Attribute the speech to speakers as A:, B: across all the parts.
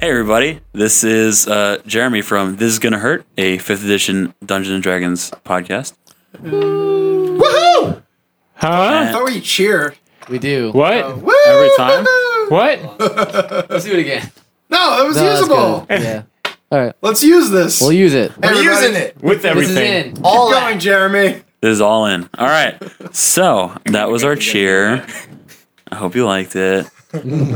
A: Hey everybody, this is uh, Jeremy from This Is Gonna Hurt, a 5th edition Dungeons and Dragons podcast.
B: Woohoo!
C: Huh?
B: How are you cheer?
D: We do.
C: What?
B: Woo!
D: Every time?
C: What?
D: Let's do it again.
B: No, that was
D: No, that's
B: usable.
D: good. Yeah. All right.
B: Let's use this.
D: We'll use it.
B: Hey,
E: We're
B: everybody,
E: using it.
C: With
D: This is
C: everything.
D: in.
E: All
B: Keep going,
E: that.
B: Jeremy.
A: This is all in. All right, so that was our cheer. I hope you liked it.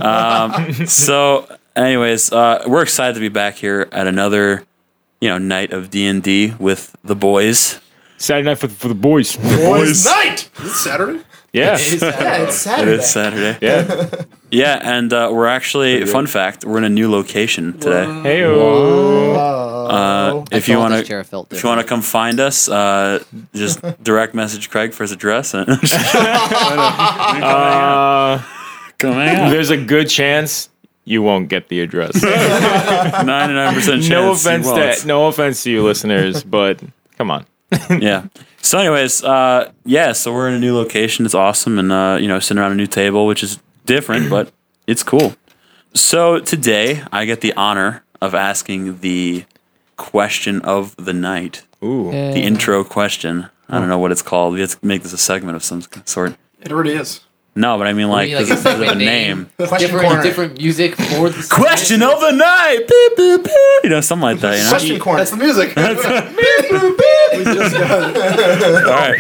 A: Um, so, anyways, uh, we're excited to be back here at another, you know, night of D and D with the boys.
C: Saturday night for, for the boys.
B: Boys night. Is it Saturday?
C: Yes.
E: Yeah, it's
A: It
E: Saturday.
A: is Saturday.
C: yeah.
A: Yeah, and uh, we're actually fun fact. We're in a new location today.
C: Hey, oh.
A: Uh, if
D: I
A: you
D: felt
A: want
D: this chair, I
A: to,
D: felt
A: if you want to come find us, uh, just direct message Craig for his address and
C: Uh,
A: come hang
C: there's a good chance you won't get the address.
A: out. Ninety nine percent chance.
C: no
A: you
C: offense
A: won't.
C: to no offense to you listeners, but come on.
A: yeah. So, anyways, uh, yeah. So we're in a new location. It's awesome, and uh, you know, sitting around a new table, which is different, but it's cool. So today, I get the honor of asking the question of the night,
C: Ooh.
A: the intro question. I
C: Oh.
A: don't know what it's called. We have to make this a segment of some sort.
B: It already is.
A: No, but I mean like
D: mean, like,
A: because
D: a
A: of a
D: segment name?
A: name.
E: Question corner.
D: different, different music for the
A: Question of the night. Beep, beep, beep. You know, something like that. You know?
E: Question corner.
B: That's the music. we just got it.
A: All right.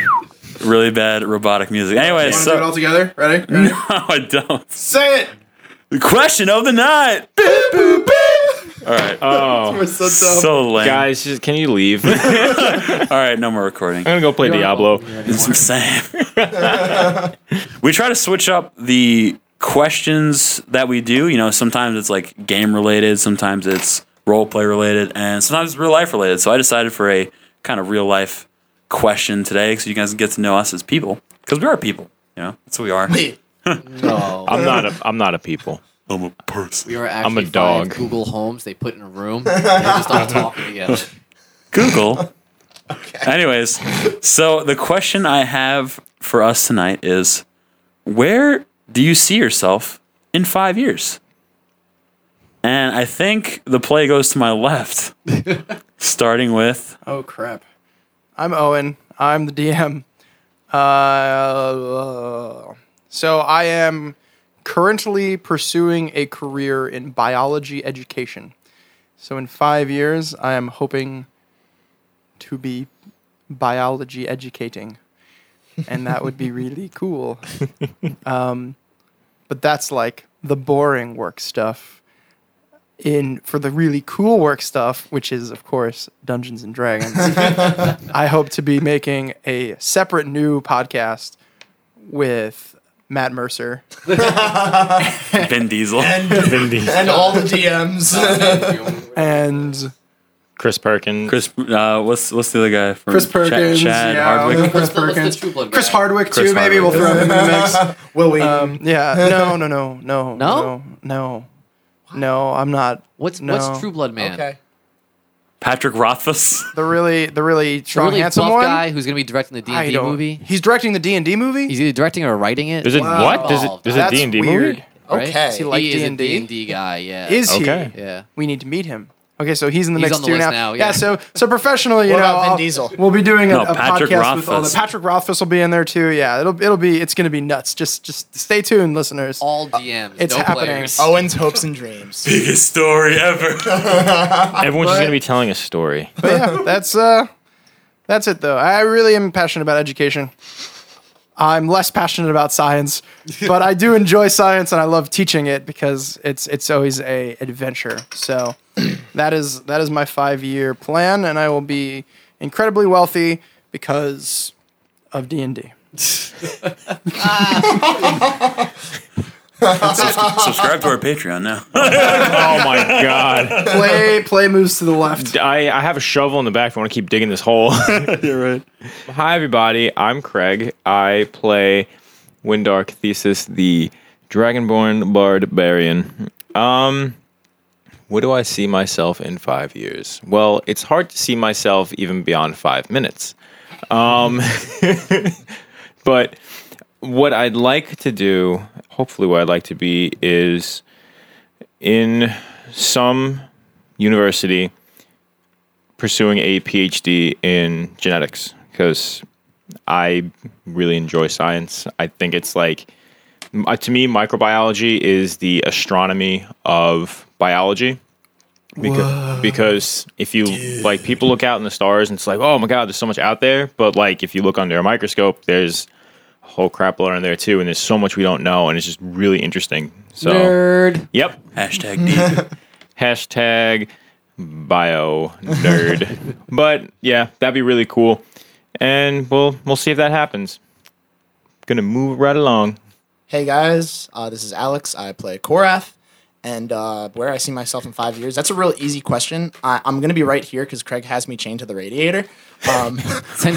A: Really bad robotic music. Anyway,
B: Want to do it
A: so
B: all together? Ready? Ready?
A: no, I don't.
B: Say it.
A: The question of the night. All right.
C: Oh.
B: We're so dumb.
A: so lame.
C: Guys, just, can you leave? I'm
A: All right, no more recording.
C: gonna go play Diablo.
A: It's the same. we try to switch up the questions that we do. You know, sometimes it's like game related, sometimes it's role play related, and sometimes it's real life related. So I decided for a kind of real life question today so you guys get to know us as people because we are people. You know, that's what we are.
D: No.
C: I'm not a I'm not a people.
A: I'm a person.
D: we were actually
C: a dog.
D: five Google Homes they put in a room. They just all talking together.
A: Google. Anyways, so the question I have for us tonight is where do you see yourself in five years? And I think the play goes to my left, starting with
E: Oh crap. I'm Owen. I'm the DM. Uh, so I am currently pursuing a career in biology education. So in five years, I am hoping to be biology educating, and that would be really cool. Um, but that's like the boring work stuff. In for the really cool work stuff, which is of course Dungeons and Dragons. I hope to be making a separate new podcast with Matt Mercer.
A: Ben Diesel.
E: And all the DMs. and
C: Chris Perkins.
A: Chris, uh, what's what's the other guy from
B: Chris
A: Cha-
B: Perkins,
A: Chad
B: yeah.
A: Hardwick.
B: Chris
D: What's the- what's the
B: Perkins.
D: True Blood
B: Chris
D: guy?
B: Hardwick
A: Chris
B: too. Maybe we'll
A: Hardwick.
B: throw him in the mix.
E: Will we?
B: Um, yeah. No. No. No. No.
D: No?
B: No. No. No, I'm not.
D: What's
B: no.
D: what's True Blood Man?
E: okay.
A: Patrick Rothfuss.
B: The really, the really
D: The
B: strong,
D: really buff
B: handsome one.
D: guy who's gonna be directing the D
B: I
D: and D
B: don't.
D: movie.
B: He's directing the D and D movie.
D: He's either directing or writing it.
C: There's a
E: Wow.
C: what? There's a there's a
B: That's
C: D and D
B: weird.
C: movie?
D: right?
E: Okay. Is he
B: like
D: He is a
B: D&D?
D: D&D guy. Yeah.
B: Is he?
C: Okay.
D: yeah.
B: We need to meet him. Okay, so he's in the
D: He's
B: mix
D: on the
B: too
D: list
B: now.
D: now,
B: yeah.
D: yeah.
B: so so professionally, you
E: What
B: know,
E: about Vin
B: I'll-
E: Diesel?
B: We'll be doing a,
A: No,
B: a
A: Patrick
B: podcast with all the
A: Rothfuss.
B: Patrick Rothfuss will be in there too. Yeah, it'll it'll be it's gonna be nuts. Just just stay tuned, listeners.
D: All DMs.
B: it's
D: no
B: happening.
D: Players.
E: Owen's hopes and dreams.
A: Biggest story ever.
C: Everyone's just gonna be telling a story.
B: But yeah, that's uh, that's it though. I really am passionate about education. I'm less passionate about science, but I do enjoy science and I love teaching it because it's it's always a adventure. So that is that is my five year plan, and I will be incredibly wealthy because of D and D.
A: Subscribe to our Patreon now.
C: Oh my god.
B: Play play moves to the left.
C: I, I have a shovel in the back if I want to keep digging this hole.
A: You're right.
C: Hi, everybody. I'm Craig. I play Windark Thesis, the Dragonborn Barbarian. Um, where do I see myself in five years? Well, it's hard to see myself even beyond five minutes. Um, but what I'd like to do, hopefully, what I'd like to be is in some university pursuing a PhD in genetics because I really enjoy science. I think it's like, m- uh, to me, microbiology is the astronomy of biology. Because, because if you like, people look out in the stars and it's like, oh my God, there's so much out there. But like, if you look under a microscope, there's a whole crap load in there too. And there's so much we don't know. And it's just really interesting. So,
D: Nerd.
C: yep.
A: Hashtag deep.
C: Hashtag bio nerd. but yeah, that'd be really cool. And we'll we'll see if that happens. Gonna move right along.
F: Hey guys, uh, this is Alex. I play Korath, and uh, where I see myself in five years. That's a real easy question. I, I'm gonna be right here because Craig has me chained to the radiator. Um,
D: Send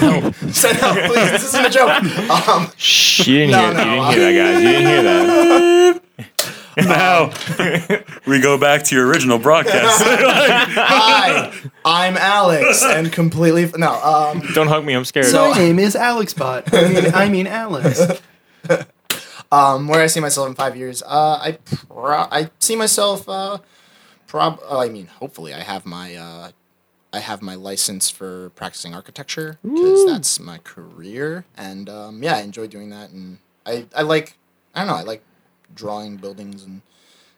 D: help.
F: so no, please, this isn't a joke. Um,
C: Shh, you didn't
F: No,
C: hear
F: no.
C: you didn't hear that guys. You didn't hear that.
A: now
B: Um,
A: we go back to your original broadcast.
F: hi, I'm Alex, and completely no. Um,
C: Don't hug me, I'm scared.
F: So-
B: My name is Alex Bot. I mean, I mean Alex.
F: um, where I see myself in five years. Uh, I pro- I see myself. Uh, prob. Oh, I mean, hopefully, I have my. Uh, I have my license for practicing architecture because that's my career, and um, yeah, I enjoy doing that. And I, I like. I don't know. I like drawing buildings, and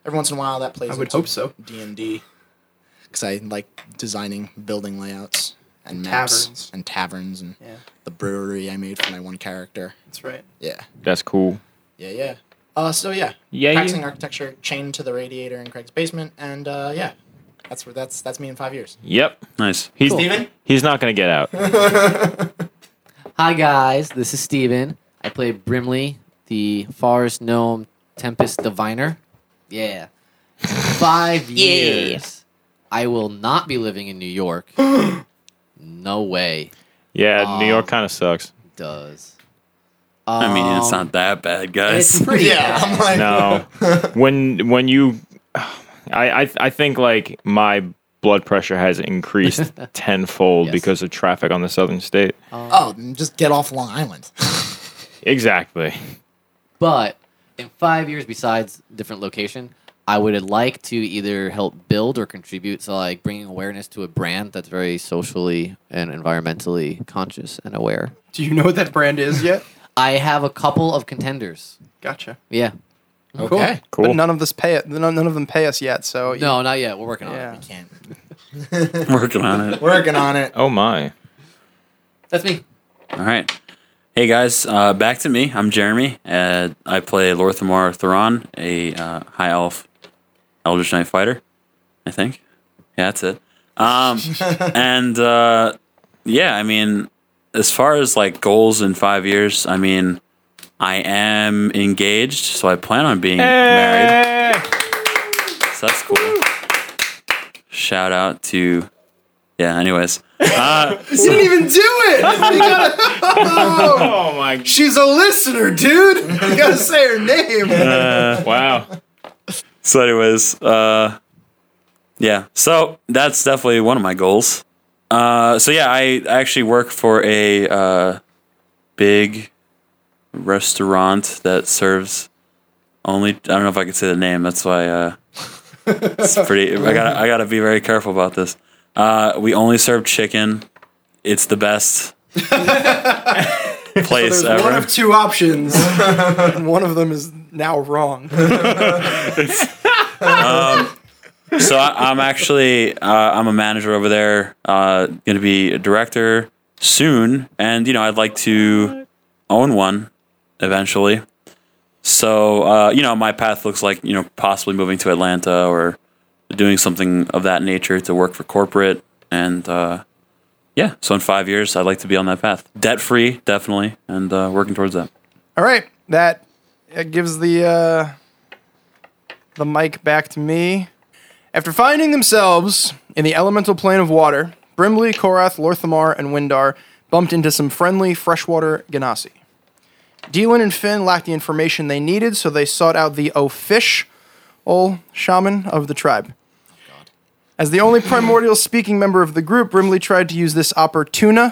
F: every once in a while that plays.
B: I would hope so.
F: D and D, because I like designing building layouts and maps
B: Taverns.
F: and taverns and
B: Yeah,
F: the brewery I made for my one character.
B: that's right.
F: Yeah.
C: That's cool.
F: Yeah, yeah. Uh, so yeah,
C: Yeah,
F: practicing
C: you-
F: architecture chained to the radiator in Craig's basement, and uh, yeah, that's where that's that's me in five years.
C: Yep.
A: nice.
C: He's
F: Steven?
C: he's not gonna get out.
D: Hi guys, this is Steven. I play Brimley, the forest gnome tempest diviner. Yeah. Five years. I will not be living in New York. no way.
C: Yeah, New York kind of sucks.
D: Um, Does.
A: I mean, it's
D: Um,
A: not that bad,
D: It's
A: guys.
D: pretty.
F: Yeah,
D: bad.
F: I'm like,
C: No, when when you, I, I I think like my blood pressure has increased tenfold
D: Yes.
C: because of traffic on the southern state.
F: oh, then just get off Long Island.
C: Exactly.
D: But in five years, besides different location, I would like to either help build or contribute to like bringing awareness to a brand that's very socially and environmentally conscious and aware.
B: Do you know what that brand is yet?
D: I have a couple of contenders.
B: Gotcha.
D: Yeah.
F: Okay,
C: Cool.
B: But none of this pay none, none of them pay us yet. So you-
D: No, not yet. We're working on
B: yeah.
D: it.
F: can't
A: Working on it.
F: working on it.
C: Oh my.
D: That's me.
A: All right. Hey guys, uh, back to me. I'm Jeremy. Uh, I play Lorthamar Theron, a uh, high elf Eldritch Knight fighter, I think. Yeah, that's it. Um, and uh, yeah, I mean, as far as like goals in five years, I mean, I am engaged, so I plan on being married. So that's cool. Shout out to, yeah, anyways. Uh,
B: You didn't even do it. You gotta-
C: Oh my.
B: she's a listener, dude. You gotta say her name.
C: Wow.
A: Uh, So, anyways, uh, yeah. So that's definitely one of my goals. Uh, so yeah, I actually work for a uh, big restaurant that serves only. I don't know if I could say the name. That's why uh, it's pretty. I gotta. I gotta be very careful about this. Uh, we only serve chicken. It's the best place
B: There's one
A: ever.
B: of two options, and one of them is now wrong.
A: Um, so I, I'm actually uh, I'm a manager over there. Uh, going to be a director soon, and you know I'd like to own one eventually. So uh, you know my path looks like you know possibly moving to Atlanta or doing something of that nature to work for corporate and uh, yeah. So in five years, I'd like to be on that path, debt free, definitely, and uh, working towards that.
B: All right, that uh, gives the uh, the mic back to me. After finding themselves in the elemental plane of water, Brimley, Korath, Lorthamar, and Windar bumped into some friendly freshwater Ganassi. Deelin and Finn lacked the information they needed, so they sought out the official shaman of the tribe. As the only primordial speaking member of the group, Brimley tried to use this opportunity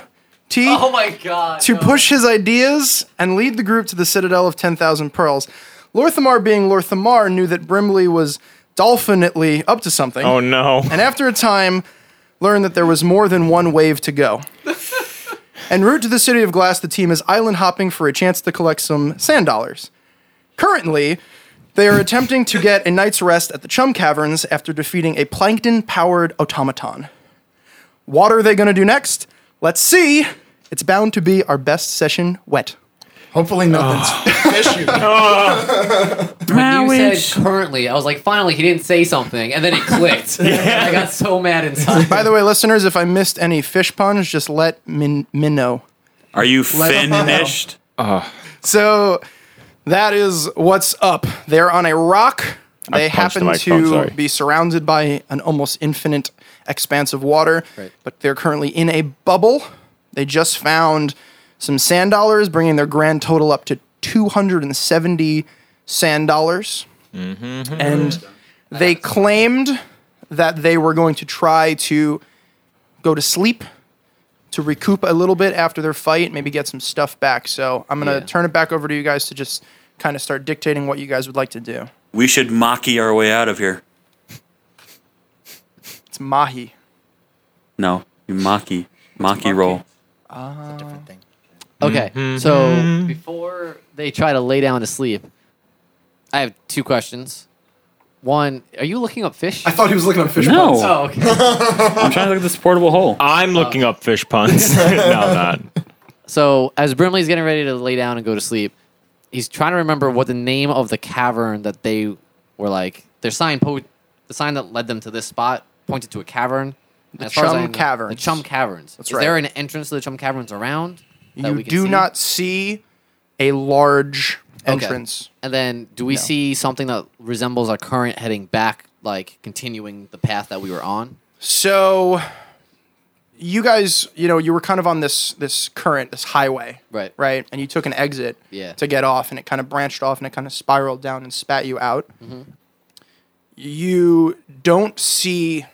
D: Oh my god.
B: to push his ideas and lead the group to the citadel of 10,000 pearls. Lorthamar, being Lorthamar, knew that Brimley was dolphinately up to something.
C: Oh no.
B: and after a time learned that there was more than one wave to go. En route to the city of Glass, the team is island hopping for a chance to collect some sand dollars. Currently, they are attempting to get a night's rest at the Chum Caverns after defeating a plankton powered automaton. What are they going to do next? Let's see. It's bound to be our best session wet.
F: Hopefully nothing's fishy.
D: you said currently. I was like, finally, he didn't say something, and then it clicked. I got so mad inside.
B: Ah. By the way, listeners, if I missed any fish puns, just let Min- Min know.
A: Are you finished?
C: Uh,
B: So that is what's up. They're on a rock. They
C: punched the
B: happen
C: microphone,
B: to
C: sorry.
B: be surrounded by an almost infinite expanse of water, but they're currently in a bubble. They just found some sand dollars, bringing their grand total up to 270 sand dollars.
D: Mm-hmm.
B: And they claimed that they were going to try to go to sleep to recoup a little bit after their fight, maybe get some stuff back. So I'm gonna
D: Yeah.
B: turn it back over to you guys to just kind of start dictating what you guys would like to do.
A: We should maki our way out of here.
B: It's mahi.
A: No, you maki. Maki roll.
F: Different thing.
D: Okay,
E: Mm-hmm.
D: so before they try to lay down to sleep, I have two questions. One, are you looking up fish?
E: I thought he was looking on fish ponds.
A: No,
D: oh, okay.
A: I'm trying to look at this portable hole.
C: I'm looking
F: Oh.
C: up fish puns. no, I'm not.
D: So as Brimley's getting ready to lay down and go to sleep, he's trying to remember what the name of the cavern that they were like their sign po- the sign that led them to this spot pointed to a cavern. The
B: Chum
D: The
B: Caverns.
D: Chum Caverns. Is
B: right.
D: there an entrance to the Chum Caverns around? that
B: You
D: we can
B: do
D: see?
B: not see a large
D: Okay.
B: entrance.
D: And then do we see something that resembles our current heading back, like continuing the path that we were on?
B: So you guys, you know, you were kind of on this this current, this highway.
D: Right.
B: Right. And you took an exit
D: Yeah.
B: to get off and it kind of branched off and it kind of spiraled down and spat you out.
D: Mm-hmm.
B: You don't see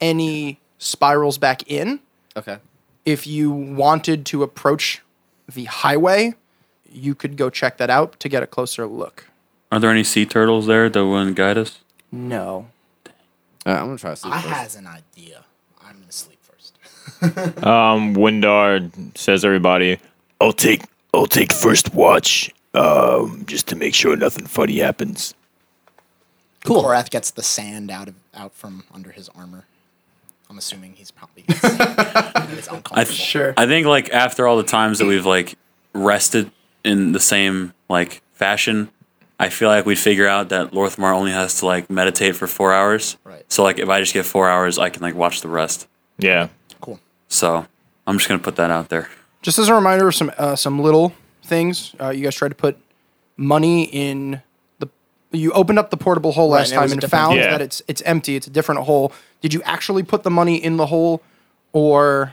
B: any spirals back in.
D: Okay.
B: if you wanted to approach the highway, you could go check that out to get a closer look.
A: Are there any sea turtles there that wouldn't guide us?
B: No.
D: All right, I'm gonna try to sleep
F: I
D: first.
F: has an idea. I'm gonna sleep first.
C: Um, Windar says everybody. I'll take I'll take first watch. Um, just to make sure nothing funny happens.
F: Cool. Korath gets the sand out of out from under his armor. I'm assuming he's probably. Gets sand. it's uncomfortable.
A: I
B: Sure.
A: I think like after all the times that we've like rested in the same like fashion, I feel like we'd figure out that Lorthmar only has to like meditate for four hours.
F: Right.
A: So like if I just get four hours, I can like watch the rest.
C: Yeah.
F: Cool.
A: So I'm just gonna put that out there.
B: Just as a reminder of some uh, some little things, uh, you guys tried to put money in the. You opened up the portable hole last
F: and it was a
B: time and
F: different-
B: found
C: Yeah.
B: that it's it's empty. It's a different hole. Did you actually put the money in the hole, or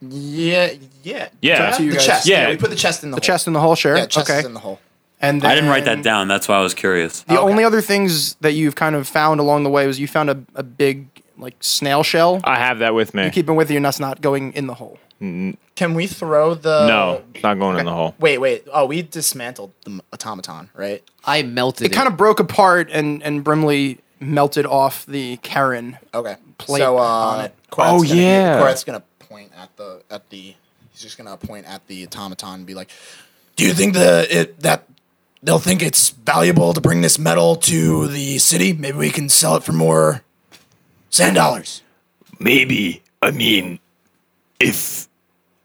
F: Yeah, yeah,
C: Yeah. Up to
F: The
C: you guys.
F: chest.
C: Yeah.
F: Yeah. we put the chest in the, hole.
B: chest in the hole? Sure.
F: Yeah, chest
B: okay.
F: is in the hole.
B: and
A: I didn't write
B: then-
A: that down. That's why I was curious.
B: The only other things that you've kind of found along the way was you found a, a big like snail shell.
C: I have that with me.
B: Keep it with you, and that's not going in the hole.
F: Can we throw the?
C: no, it's not going in the hole.
F: Wait, wait. Oh, we dismantled the automaton, right?
D: I melted.
B: It kind of broke apart, and and Brimley melted off the Karen.
F: Okay.
B: Plate
F: so, uh,
B: on it.
F: Korath's
C: Oh,
F: gonna be-
C: yeah.
F: Korath's gonna point at the at the. He's just gonna point at the automaton and be like, "Do you think that it that they'll think it's valuable to bring this metal to the city? Maybe we can sell it for more sand dollars."
G: Maybe. I mean, if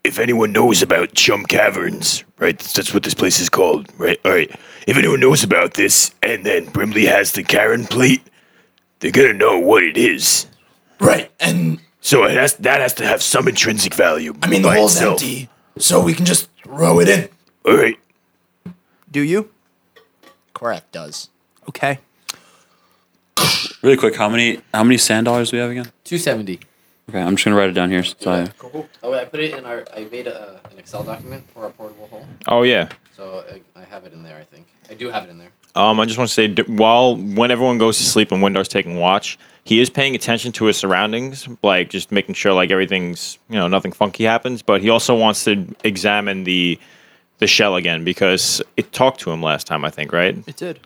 G: if anyone knows about Chum Caverns, right? That's, that's what this place is called, right? All right. If anyone knows about this, and then Brimley has the Karen plate, they're gonna know what it is.
F: Right, and
G: So it has, that has to have some intrinsic value.
F: I mean the
G: by
F: hole's
G: itself.
F: empty, so we can just throw it in.
G: All right.
B: Do you?
F: Korath does.
B: Okay.
A: Really quick, how many how many sand dollars do we have again?
D: two seventy.
A: Okay, I'm just gonna write it down here. So I-
D: Oh, wait, I put it in our. I made a, an Excel document for our portable hole,
C: Oh yeah.
D: so I, I have it in there. I think I do have it in there.
C: Um, I just want to say, d- while when everyone goes to sleep and Windar's taking watch, he is paying attention to his surroundings, like just making sure like everything's you know nothing funky happens. But he also wants to examine the the shell again because it talked to him last time, I think, right?
B: It did.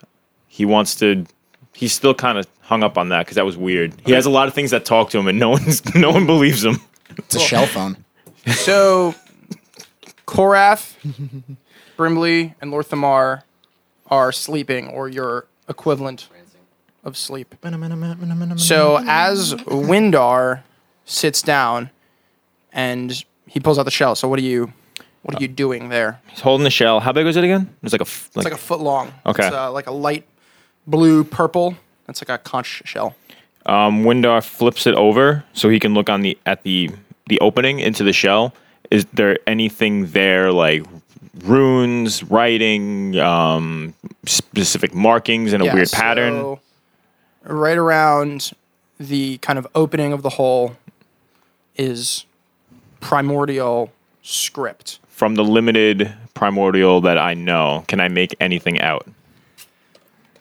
C: He wants to he's still kind of hung up on that because that was weird. He has a lot of things that talk to him, and no one's no one believes him.
F: It's a shell phone.
B: So, Korath, Brimley, and Lorthamar are sleeping, or your equivalent of sleep. So, as Windar sits down, and he pulls out the shell. So, what are you, what are you doing there?
C: He's holding the shell. How big was it again? It's like a f- like,
B: It's like a foot long.
C: Okay.
B: It's uh, like a light blue purple. It's like a conch shell.
C: um, Windar flips it over so he can look on the at the the opening into the shell. Is there anything there like runes, writing, um, specific markings in a
B: Yeah,
C: weird pattern?
B: so right around the kind of opening of the hole is primordial script.
C: From the limited primordial that I know, can I make anything out?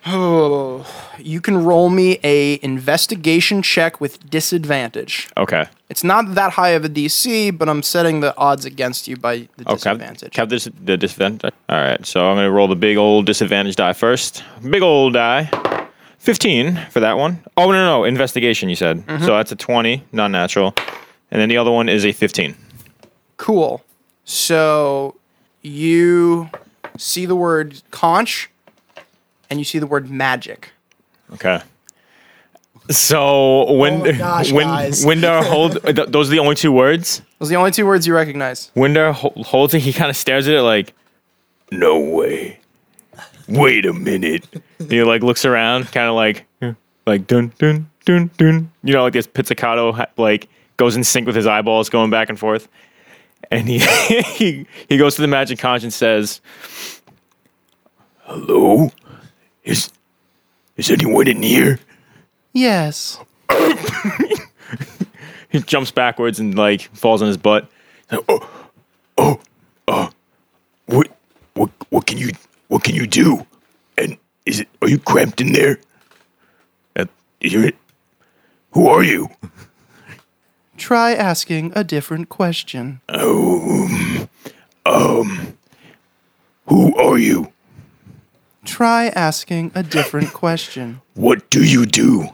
B: Oh, you can roll me a investigation check with disadvantage.
C: Okay.
B: It's not that high of a DC, but I'm setting the odds against you by the
C: Okay.
B: disadvantage.
C: Cap this the disadvantage. All right. So I'm gonna roll the big old disadvantage die first. Big old die. Fifteen for that one. Oh no no, no. investigation you said.
F: Mm-hmm.
C: So that's a twenty, non natural, and then the other one is a fifteen.
B: Cool. So you see the word conch and you see the word magic.
C: Okay. So when
F: Oh my gosh,
C: when
F: guys.
C: Windar hold th- those are the only two words.
B: Those are the only two words you recognize.
C: Windar ho- holds it. He kind of stares at it like
G: No way. Wait a minute.
C: he like looks around, kind of like like dun dun dun dun. You know, like this pizzicato ha- like goes in sync with his eyeballs going back and forth. And he he he goes to the magic conch and says,
G: Hello? Is is anyone in here?
B: Yes.
C: he jumps backwards and like falls on his butt.
G: What what what can you what can you do? And is it are you cramped in there? Uh, you're, who are you?
B: Try asking a different question.
G: Who are you?
B: Try asking a different question.
G: What do you do?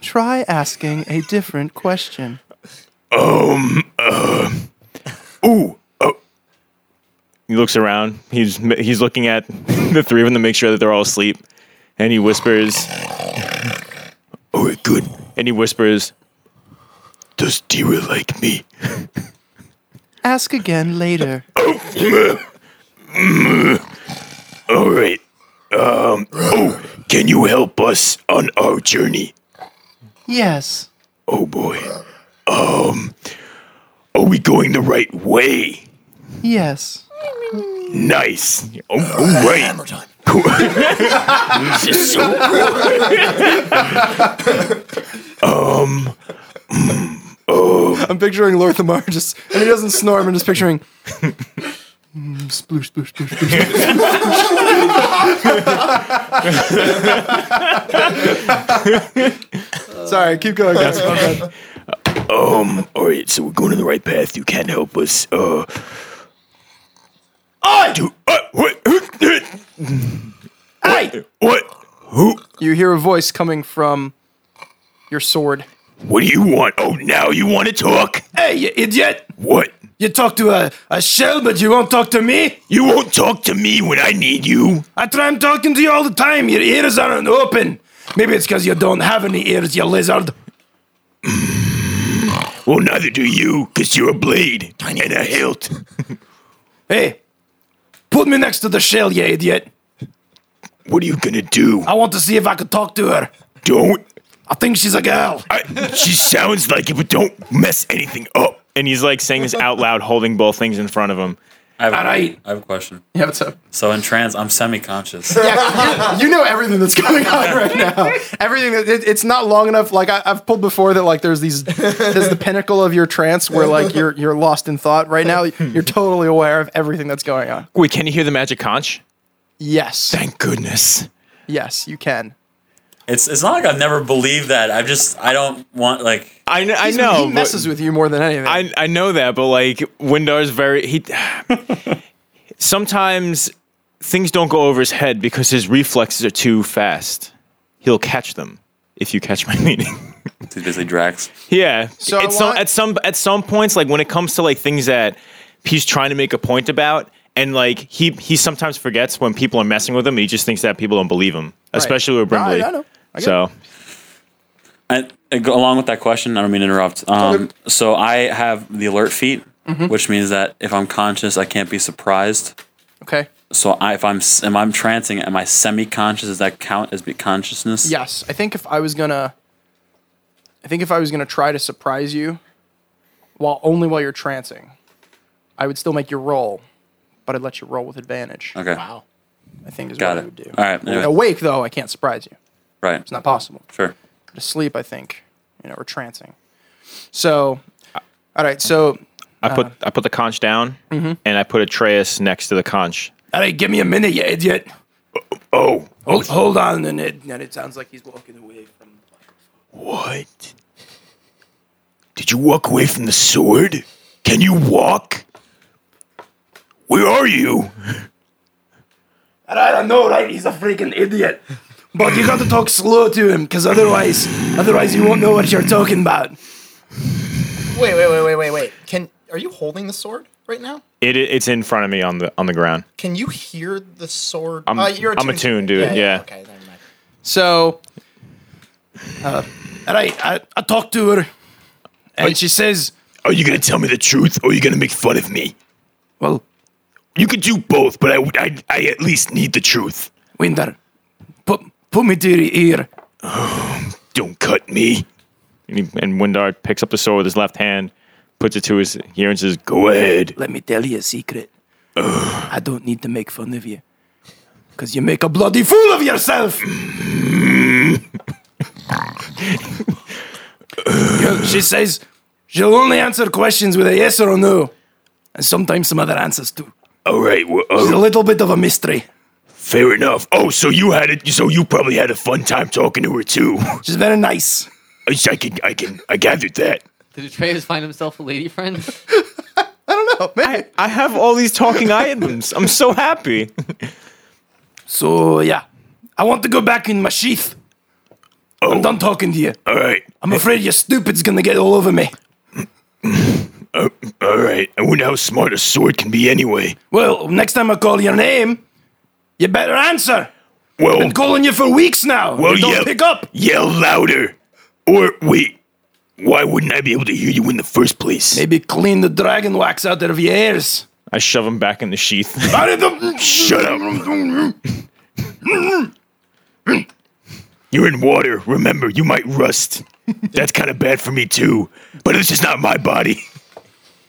B: Try asking a different question.
G: Um, Ooh,
C: He looks around. He's he's looking at the three of them to make sure that they're all asleep. And he whispers
G: all right, good.
C: and he whispers,
G: Does Tira like me?
B: Ask again later.
G: All right. Um. Oh, can you help us on our journey?
B: Yes.
G: Oh boy. Um. Are we going the right way?
B: Yes.
G: Nice. Oh, all right. Hammer time. this is so good. um.
B: I'm picturing Lorthamar just, and he doesn't snore, I'm just picturing. Mm, sploosh, sploosh, sploosh, sploosh. sploosh. Sorry, keep going, guys. My bad.
G: Um. All right. So we're going on the right path. You can help us. Uh. I do. Uh, what? I. What? Who?
B: You hear a voice coming from your sword.
G: What do you want? Oh, now you want to talk?
B: Hey, you idiot!
G: What?
B: You talk to a, a shell, but you won't talk to me?
G: You won't talk to me when I need you.
B: I try and talking to you all the time. Your ears aren't open. Maybe it's because you don't have any ears, you lizard.
G: Well, neither do you, because you're a blade and a hilt.
B: Hey, put me next to the shell, you idiot.
G: What are you gonna do?
B: I want to see if I could talk to her.
G: Don't.
B: I think she's a girl.
G: I, she sounds like it, but don't mess anything up.
C: Oh, and he's like saying this out loud, holding both things in front of him.
A: I have, a-
B: right.
A: I have a question.
B: Yeah, what's up?
A: So in trance, I'm semi-conscious.
B: You know everything that's going on right now. Everything that it, it's not long enough. Like I, I've pulled before that like there's these there's the pinnacle of your trance where like you're you're lost in thought. Right now you're totally aware of everything that's going on.
C: Wait, can you hear the magic conch?
B: Yes,
C: Thank goodness.
B: yes, you can.
A: It's it's not like I've never believed that. I've just I don't want like
C: I, kn- I know.
B: he
C: but-
B: messes with you more than anything.
C: I I know that, but like Windar's very he. sometimes things don't go over his head because his reflexes are too fast. he'll catch them. If you catch my meaning.
A: It's basically Drax.
C: Yeah.
B: So I
C: at some
B: want-
C: at some at some points, like when it comes to like things that he's trying to make a point about, and like he he sometimes forgets when people are messing with him. He just thinks that people don't believe him, especially with
B: I- I
C: Brimley.
B: know. I get
C: so
A: And and go- along with that question, I don't mean to interrupt. Um, so I have the alert feat,
B: Mm-hmm.
A: which means that if I'm conscious, I can't be surprised.
B: Okay.
A: So I, if I'm s- am I'm trancing, am I semi-conscious? Does that count as be consciousness?
B: Yes, I think if I was gonna, I think if I was gonna try to surprise you, while only while you're trancing, I would still make your roll, but I'd let you roll with advantage.
A: Okay.
F: Wow.
B: I think is
A: Got
B: what I
A: it.
B: would do.
A: All right. anyway,
B: Awake though, I can't surprise you.
A: Right.
B: It's not possible.
A: Sure.
B: But asleep, I think, you know, we're trancing. So, all right. So, uh,
C: I put I put the conch down, and I put Atreus next to the conch.
B: all right, give me a minute, you idiot.
G: Oh,
B: Hold, hold on, and it and it sounds like he's walking away from.
G: what? Did you walk away from the sword? Can you walk? Where are you?
B: I don't know, right? He's a freaking idiot. But you gotta talk slow to him, cause otherwise, otherwise you won't know what you're talking about.
F: Wait, wait, wait, wait, wait, wait. Can are you holding the sword right now?
C: It it's in front of me on the on the ground.
F: Can you hear the sword? Uh,
C: I'm- I'm attuned to it, yeah.
F: Okay, never mind.
B: So, uh, all right, I, I talked to her, and she says,
G: Are you gonna tell me the truth, or are you gonna make fun of me?
B: "Well,
G: You could do both, but I, would- I, I at least need the truth.
B: Winder, put put me to your ear."
G: Don't cut me.
C: And, he, and Windar picks up the sword with his left hand, puts it to his ear, and says, "Go."
G: Go ahead.
B: Let me tell you a secret. I don't need to make fun of you, cause you make a bloody fool of yourself. You- she says she'll only answer questions with a yes or a no, and sometimes some other answers too.
G: All right. Well,
B: It's a
G: uh,
B: little bit of a mystery.
G: fair enough. Oh, so you had it. So you probably had a fun time talking to her too.
B: She's very nice.
G: I, I can. I can. I gathered that.
D: Did Atreus find himself a lady friend?
C: I, I have all these talking items. I'm so happy.
B: So yeah, I want to go back in my sheath.
C: Oh.
B: I'm done talking to you.
G: All right.
B: I'm afraid your stupid's gonna get all over me.
G: All right. I wonder how smart a sword can be anyway.
B: Well, next time I call your name, you better answer.
G: Well,
B: Been calling you for weeks now.
G: well,
B: you don't
G: yell,
B: pick up.
G: Yell louder. Or wait. Why wouldn't I be able to hear you in the first place?
B: Maybe clean the dragon wax out of your ears.
C: I shove him back in the sheath.
G: Shut up. You're in water. Remember, you might rust. That's kind of bad for me too. But this is not my body.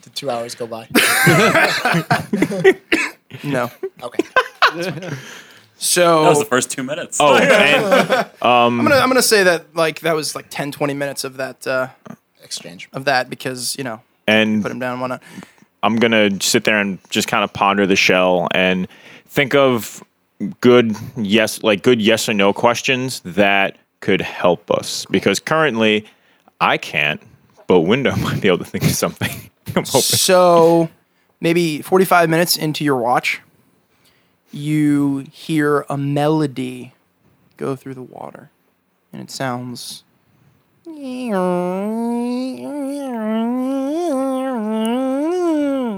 F: Did two hours go by?
B: No.
F: Okay.
B: So
A: That was the first two minutes.
C: Oh, and um,
B: I'm gonna I'm gonna say that like that was like 10, 20 minutes of that uh,
F: Exchange.
B: of that because you know
C: and
B: put him down why not?
C: I'm gonna sit there and just kind of ponder the shell and think of good yes, like good yes or no questions that could help us because currently I can't, but Window might be able to think of something. I'm hoping.
B: So maybe 45 minutes into your watch, you hear a melody go through the water, and it sounds.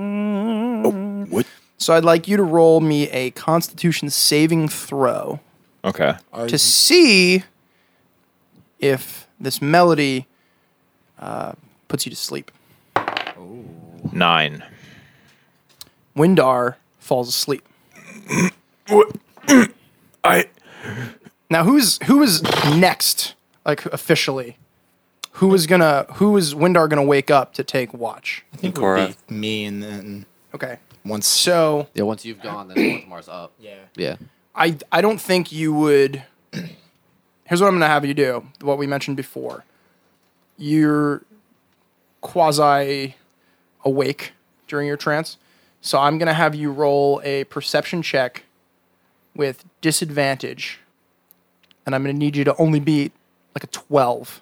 G: What?
B: So I'd like you to roll me a Constitution saving throw
C: Okay.
B: to see if this melody uh, puts you to sleep.
C: Nine.
B: Windar falls asleep.
G: I.
B: Now who's who is next? Like officially, who is gonna who is Windar gonna wake up to take watch?
F: I think it
A: Cora.
F: would be me and then
B: Okay,
F: once.
B: so
D: yeah, once you've gone, then tomorrow's up.
F: yeah.
D: Yeah.
B: I I don't think you would. Here's what I'm gonna have you do. What we mentioned before, you're quasi awake during your trance, so I'm gonna have you roll a perception check with disadvantage, and I'm gonna need you to only beat like a twelve.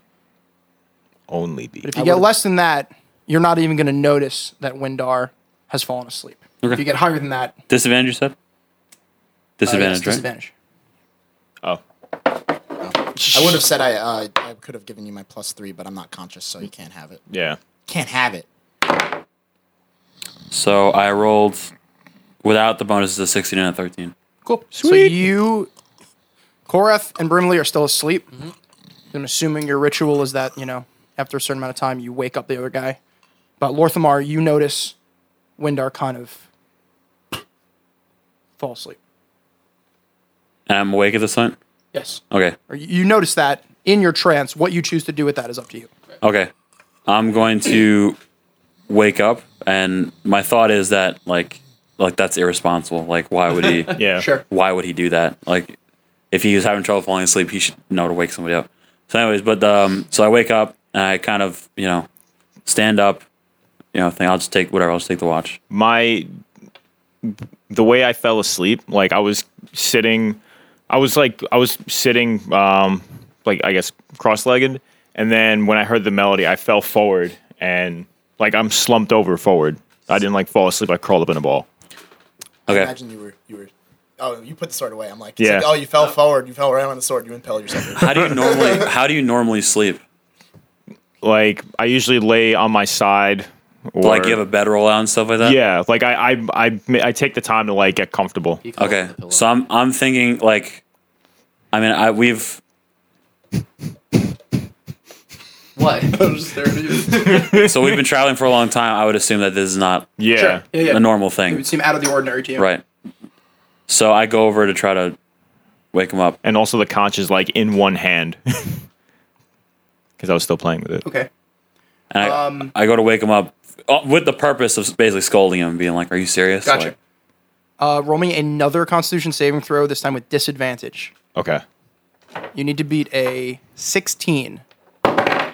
C: Only B.
B: If you get less than that, you're not even going to notice that Windar has fallen asleep. If you get higher than that, uh,
A: Disadvantage, you said?
B: yes,
A: Disadvantage, right?
B: disadvantage.
C: Oh.
F: I would have said I uh, I could have given you my plus three, but I'm not conscious, so you can't have it.
C: Yeah.
F: Can't have it.
A: So I rolled without the bonuses a 16 and a 13.
B: Cool. So you, Korath and Brimley are still asleep. I'm assuming your ritual is that, you know, after a certain amount of time, you wake up the other guy. But Lorthamar, you notice Windar kind of fall asleep.
A: And I'm awake at this time?
B: Yes.
A: Okay.
B: Or you you notice that in your trance. What you choose to do with that is up to you.
A: Okay. I'm going to wake up and my thought is that like like that's irresponsible. Like why would he
C: Yeah.
B: Sure.
A: why would he do that? Like, if he was having trouble falling asleep, he should know to wake somebody up. So, anyways, but um, so I wake up and I kind of, you know, stand up, you know, think I'll just take whatever, I'll just take the watch.
C: my the way I fell asleep, like I was sitting, I was like I was sitting, um, like I guess cross-legged, and then when I heard the melody, I fell forward and like I'm slumped over forward. I didn't like fall asleep. I crawled up in a ball.
A: Okay.
F: Imagine you were you were. Oh, you put the sword away. I'm like,
C: Yeah.
F: yeah. oh, you fell forward. You fell right on the sword. You impaled yourself.
A: How do you normally How do you normally sleep?
C: Like I usually lay on my side. Or,
A: Like you have a bed roll out and stuff like that.
C: yeah, like I, I I I take the time to like get comfortable.
D: You can
A: Okay.
D: hold the pillow.
A: So I'm I'm thinking like, I mean, I we've
D: what?
A: so we've been traveling for a long time. I would assume that this is not
C: Yeah,
B: Yeah, yeah.
A: a normal thing,
B: It would seem out of the ordinary to you.
A: right? So I go over to try to wake him up.
C: and also the conch is like in one hand because I was still playing with it.
B: Okay.
A: And I,
B: Um,
A: I go to wake him up uh, with the purpose of basically scolding him, being like, "Are you serious?"
B: Gotcha.
A: Like,
B: Uh, roll me another Constitution saving throw. This time with disadvantage.
C: Okay.
B: You need to beat a 16.
C: Nope.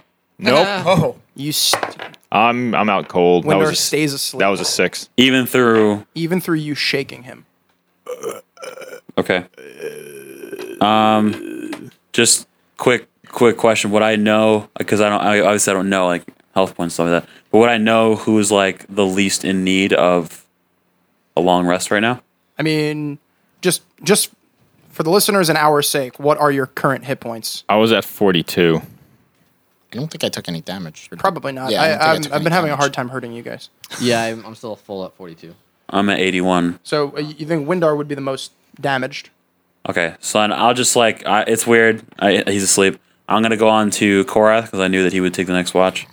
F: oh,
B: Uh, You st-
C: I'm I'm out cold. That was,
B: Windar
C: a, s-
B: stays asleep.
C: that was a six.
A: even through
B: even through you shaking him.
A: okay. Um, just quick, quick question. Would I know? Because I don't. I obviously I don't know like health points stuff like that. But would I know who is like the least in need of a long rest right now?
B: I mean, just just for the listeners and our sake, what are your current hit points?
C: I was at 42.
F: I don't think I took any damage.
B: Probably not.
F: Yeah, I don't think
B: I,
F: I
B: I
F: took
B: am I've
F: any
B: been having a
F: damage.
B: hard time hurting you guys.
D: yeah, I'm, I'm still full at 42.
A: I'm at 81.
B: So uh, you think Windar would be the most damaged?
A: Okay, so then I'll just like I, it's weird. I, he's asleep. I'm gonna go on to Korath because I knew that he would take the next watch,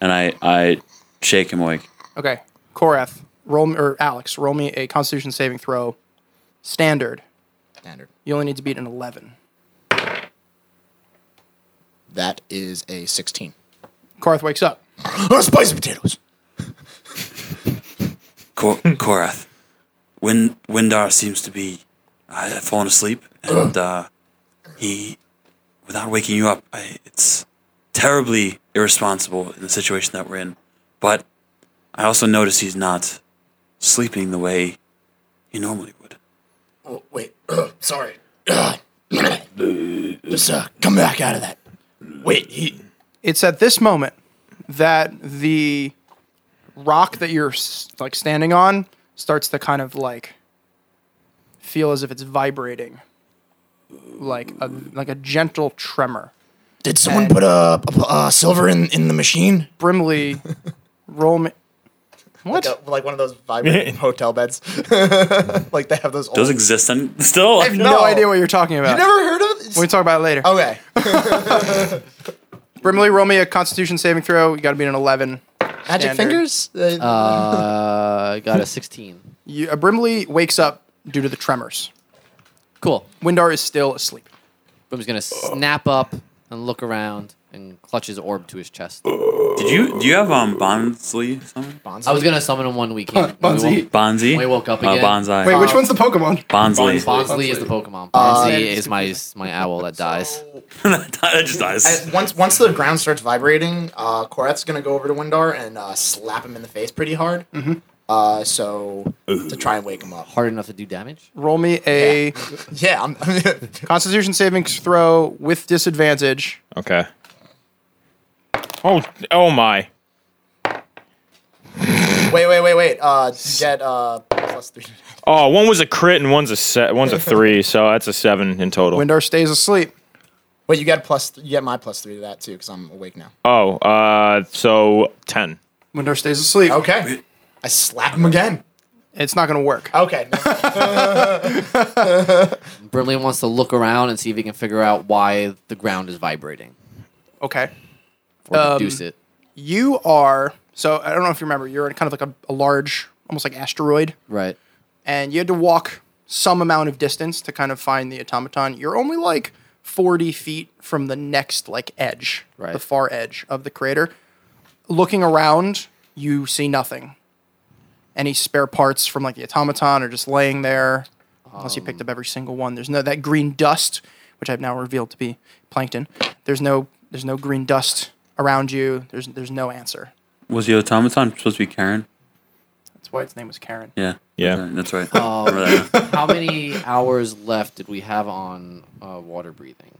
A: and I I shake him awake.
B: Okay, Korath, roll me- or Alex, roll me a Constitution saving throw, standard.
F: Standard.
B: You only need to beat an eleven.
F: That is a 16.
B: Korath wakes up.
F: Oh, spicy potatoes.
A: Cor- Korath, Win- Windar seems to be uh, fallen asleep,
B: Uh-huh.
A: and uh, he, without waking you up, I, it's terribly irresponsible in the situation that we're in. But I also notice he's not sleeping the way he normally would.
F: Oh, wait. sorry. Just uh, come back out of that. Wait, he.
B: It's at this moment that the rock that you're s- like standing on starts to kind of like feel as if it's vibrating, like a like a gentle tremor.
F: Did someone put a, a, a silver in, in the machine?
B: Brimley, roll me. What?
F: Like, a- like one of those vibrating hotel beds. like they have those old.
A: Does exist and still?
B: I have no,
F: No.
B: idea what you're talking about.
F: you never heard of it? It's-
B: we can talk about it later.
F: okay.
B: Brimley, roll me a Constitution saving throw. You got to beat an eleven.
F: Magic
B: Standard.
F: fingers? Uh,
D: Uh, I got a 16.
B: You, uh, Brimley wakes up due to the tremors.
D: Cool.
B: Windar is still asleep.
D: Boom's gonna snap up and look around and clutch his orb to his chest.
A: Did you do you have um Bonsley? Something?
D: I was gonna summon him one weekend.
B: Bonzi.
A: Bonzi?
D: We woke up
A: Uh,
D: again.
A: Bonsai.
B: Wait, which one's the Pokemon? Uh,
A: Bonsley.
D: Bonsley is the Pokemon. Bonzi is my my owl that dies.
A: that just dies.
F: And once once the ground starts vibrating, uh, Korath's gonna go over to Windar and uh, slap him in the face pretty hard. Uh, so to try and wake him up.
D: Hard enough to do damage.
B: Roll me a
F: Yeah, I'm,
B: Constitution saving throw with disadvantage.
C: Okay. Oh, oh my.
F: wait, wit wait, wait. Uh, you get uh, plus three.
C: Oh, one was a crit and one's a set, one's a three, so that's a seven in total.
B: Windar stays asleep.
F: Wait, you get plus. You get my plus three to that too because I'm awake now.
C: Oh, uh, so ten.
B: Windor stays asleep.
F: Okay. I slap him again.
B: It's not gonna work.
F: Okay.
D: Brimley wants to look around and see if he can figure out why the ground is vibrating
B: Okay.
D: or
B: Um,
D: reduce it.
B: You are so I don't know if you remember. You're in kind of like a, a large, almost like asteroid,
D: Right.
B: and you had to walk some amount of distance to kind of find the automaton. You're only like 40 feet from the next like edge,
D: Right.
B: the far edge of the crater. Looking around, you see nothing. Any spare parts from like the automaton are just laying there. Unless you
D: Um.
B: picked up every single one. There's no that green dust, which I've now revealed to be plankton. There's no there's no green dust around you. There's there's no answer.
A: Was the automaton supposed to be Karen?
B: That's why its name was Karen.
A: Yeah.
C: Yeah.
A: That's right.
D: Um,
A: Remember that.
D: How many hours left did we have on uh, water breathing?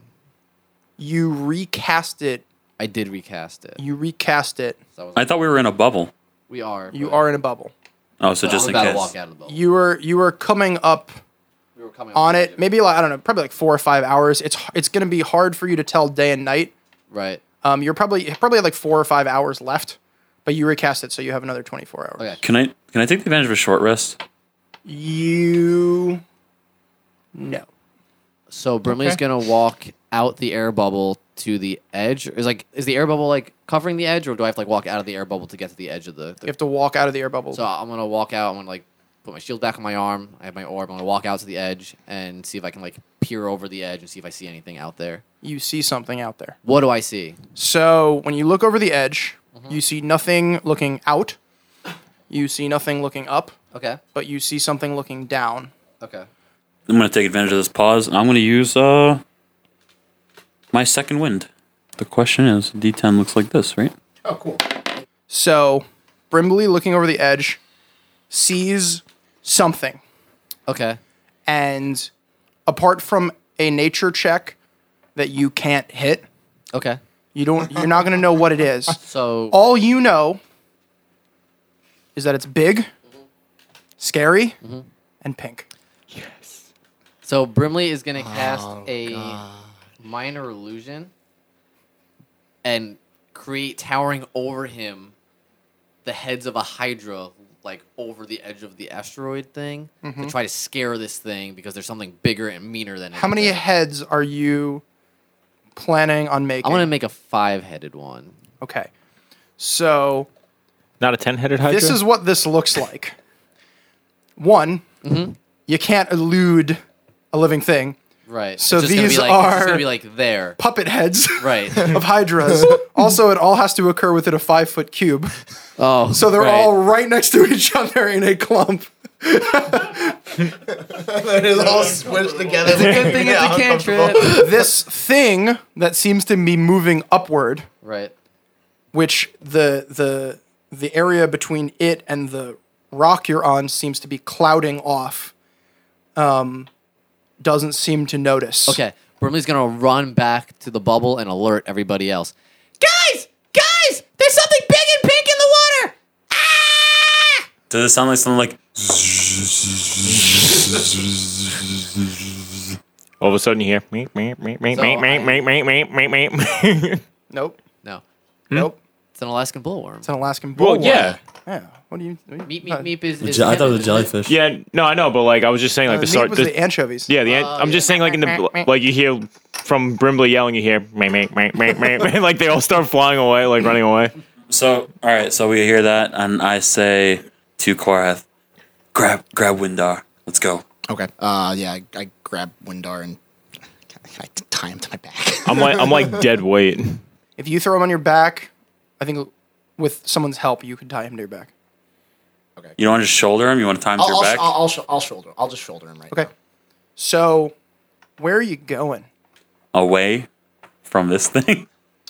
B: You recast it.
D: I did recast it.
B: You recast it.
D: So I was
A: I thought we were in a bubble.
D: we are.
B: You
D: but-
B: are in a bubble.
A: Oh, so
D: but
A: just in
D: I'm about
A: case.
D: to walk out of the boat.
B: You were you were coming up
D: we were coming up
B: on
D: with
B: it. Maybe like I don't know, probably like four or five hours. It's it's gonna be hard for you to tell day and night.
D: Right.
B: Um, you're probably probably like four or five hours left, but you recast it, so you have another twenty four hours.
D: Okay.
A: Can I can I take advantage of a short rest?
B: You no.
D: So Brimley's gonna walk out the air bubble to the edge. Is like is the air bubble like covering the edge, or do I have to like walk out of the air bubble to get to the edge of the? the-
B: You have to walk out of the air bubble.
D: so I'm gonna walk out. I'm gonna like put my shield back on my arm. I have my orb. I'm gonna walk out to the edge and see if I can like peer over the edge and see if I see anything out there.
B: you see something out there.
D: What do I see?
B: So when you look over the edge,
D: Mm-hmm.
B: you see nothing looking out. You see nothing looking up,
D: Okay.
B: but you see something looking down.
D: Okay.
A: I'm gonna take advantage of this pause and I'm gonna use uh my second wind. The question is D ten looks like this, right?
F: oh, cool.
B: So Brimbley looking over the edge sees something.
D: Okay.
B: and apart from a nature check that you can't hit,
D: Okay.
B: you don't you're not going to know what it is.
D: So
B: All you know is that it's big, scary, and pink.
D: Mm-hmm. so Brimley is
F: Oh,
B: Oh,
D: gonna cast a minor illusion and create towering over him the heads of a hydra like over the edge of the asteroid thing
B: Mm-hmm.
D: to try to scare this thing because there's something bigger and meaner than it.
B: How many heads are you planning on
D: I
B: making?
D: want to make a five-headed one.
B: okay. So,
C: Not a ten-headed hydra.
B: this is what this looks like. One, you can't elude a living thing.
D: Right.
B: So
D: it's just gonna be
B: these
D: like, it's
B: are-
D: gonna be like there.
B: Puppet heads.
D: Right.
B: of hydras. also, it all has to occur within a five foot cube.
D: Oh.
B: So they're
D: right.
B: all right next to each other in a clump.
F: It is all squished together.
D: Good thing it's a cantrip.
B: This thing that seems to be moving upward,
D: Right.
B: which the the the area between it and the rock you're on seems to be clouding off, um, doesn't seem to notice.
D: Okay, Brimley's gonna run back to the bubble and alert everybody else. Guys, guys, there's something big and pink in the water. Ah!
A: Does it sound like something like
C: All of a sudden, you hear meep meep meep meep
D: So
C: meep
D: I-
C: meep meep meep meep meep.
B: Nope.
D: No,
B: Nope.
D: it's an Alaskan bullworm.
B: It's an Alaskan bull.
C: Well, yeah,
B: Yeah. What do you? What do you
D: meep meep meep is. is
A: I thought it was a
D: Kevin, isn't it?
A: jellyfish.
C: yeah. No, I know, but like I was just saying,
B: Uh,
C: like the
B: meat
C: start.
B: was
C: the-
B: the anchovies.
C: Yeah, the an-
D: Oh,
C: I'm just saying, like in the like you hear from Brimbley yelling, you hear meep meep meep meep meep, meep, like they all start flying away, like running away.
A: So all right, so we hear that and I say to Korath, grab grab Windar. Let's go.
F: Okay. Uh, yeah, I, I grab Windar and I tie him to my back.
C: I'm like I'm like dead weight.
B: If you throw him on your back, I think with someone's help you could tie him to your back.
A: You don't want to just shoulder him, you want to time to
F: I'll,
A: your
F: I'll,
A: back?
F: I'll, I'll, sh- I'll shoulder. I'll just shoulder him right
B: Okay. So, where are you going?
A: Away from this thing.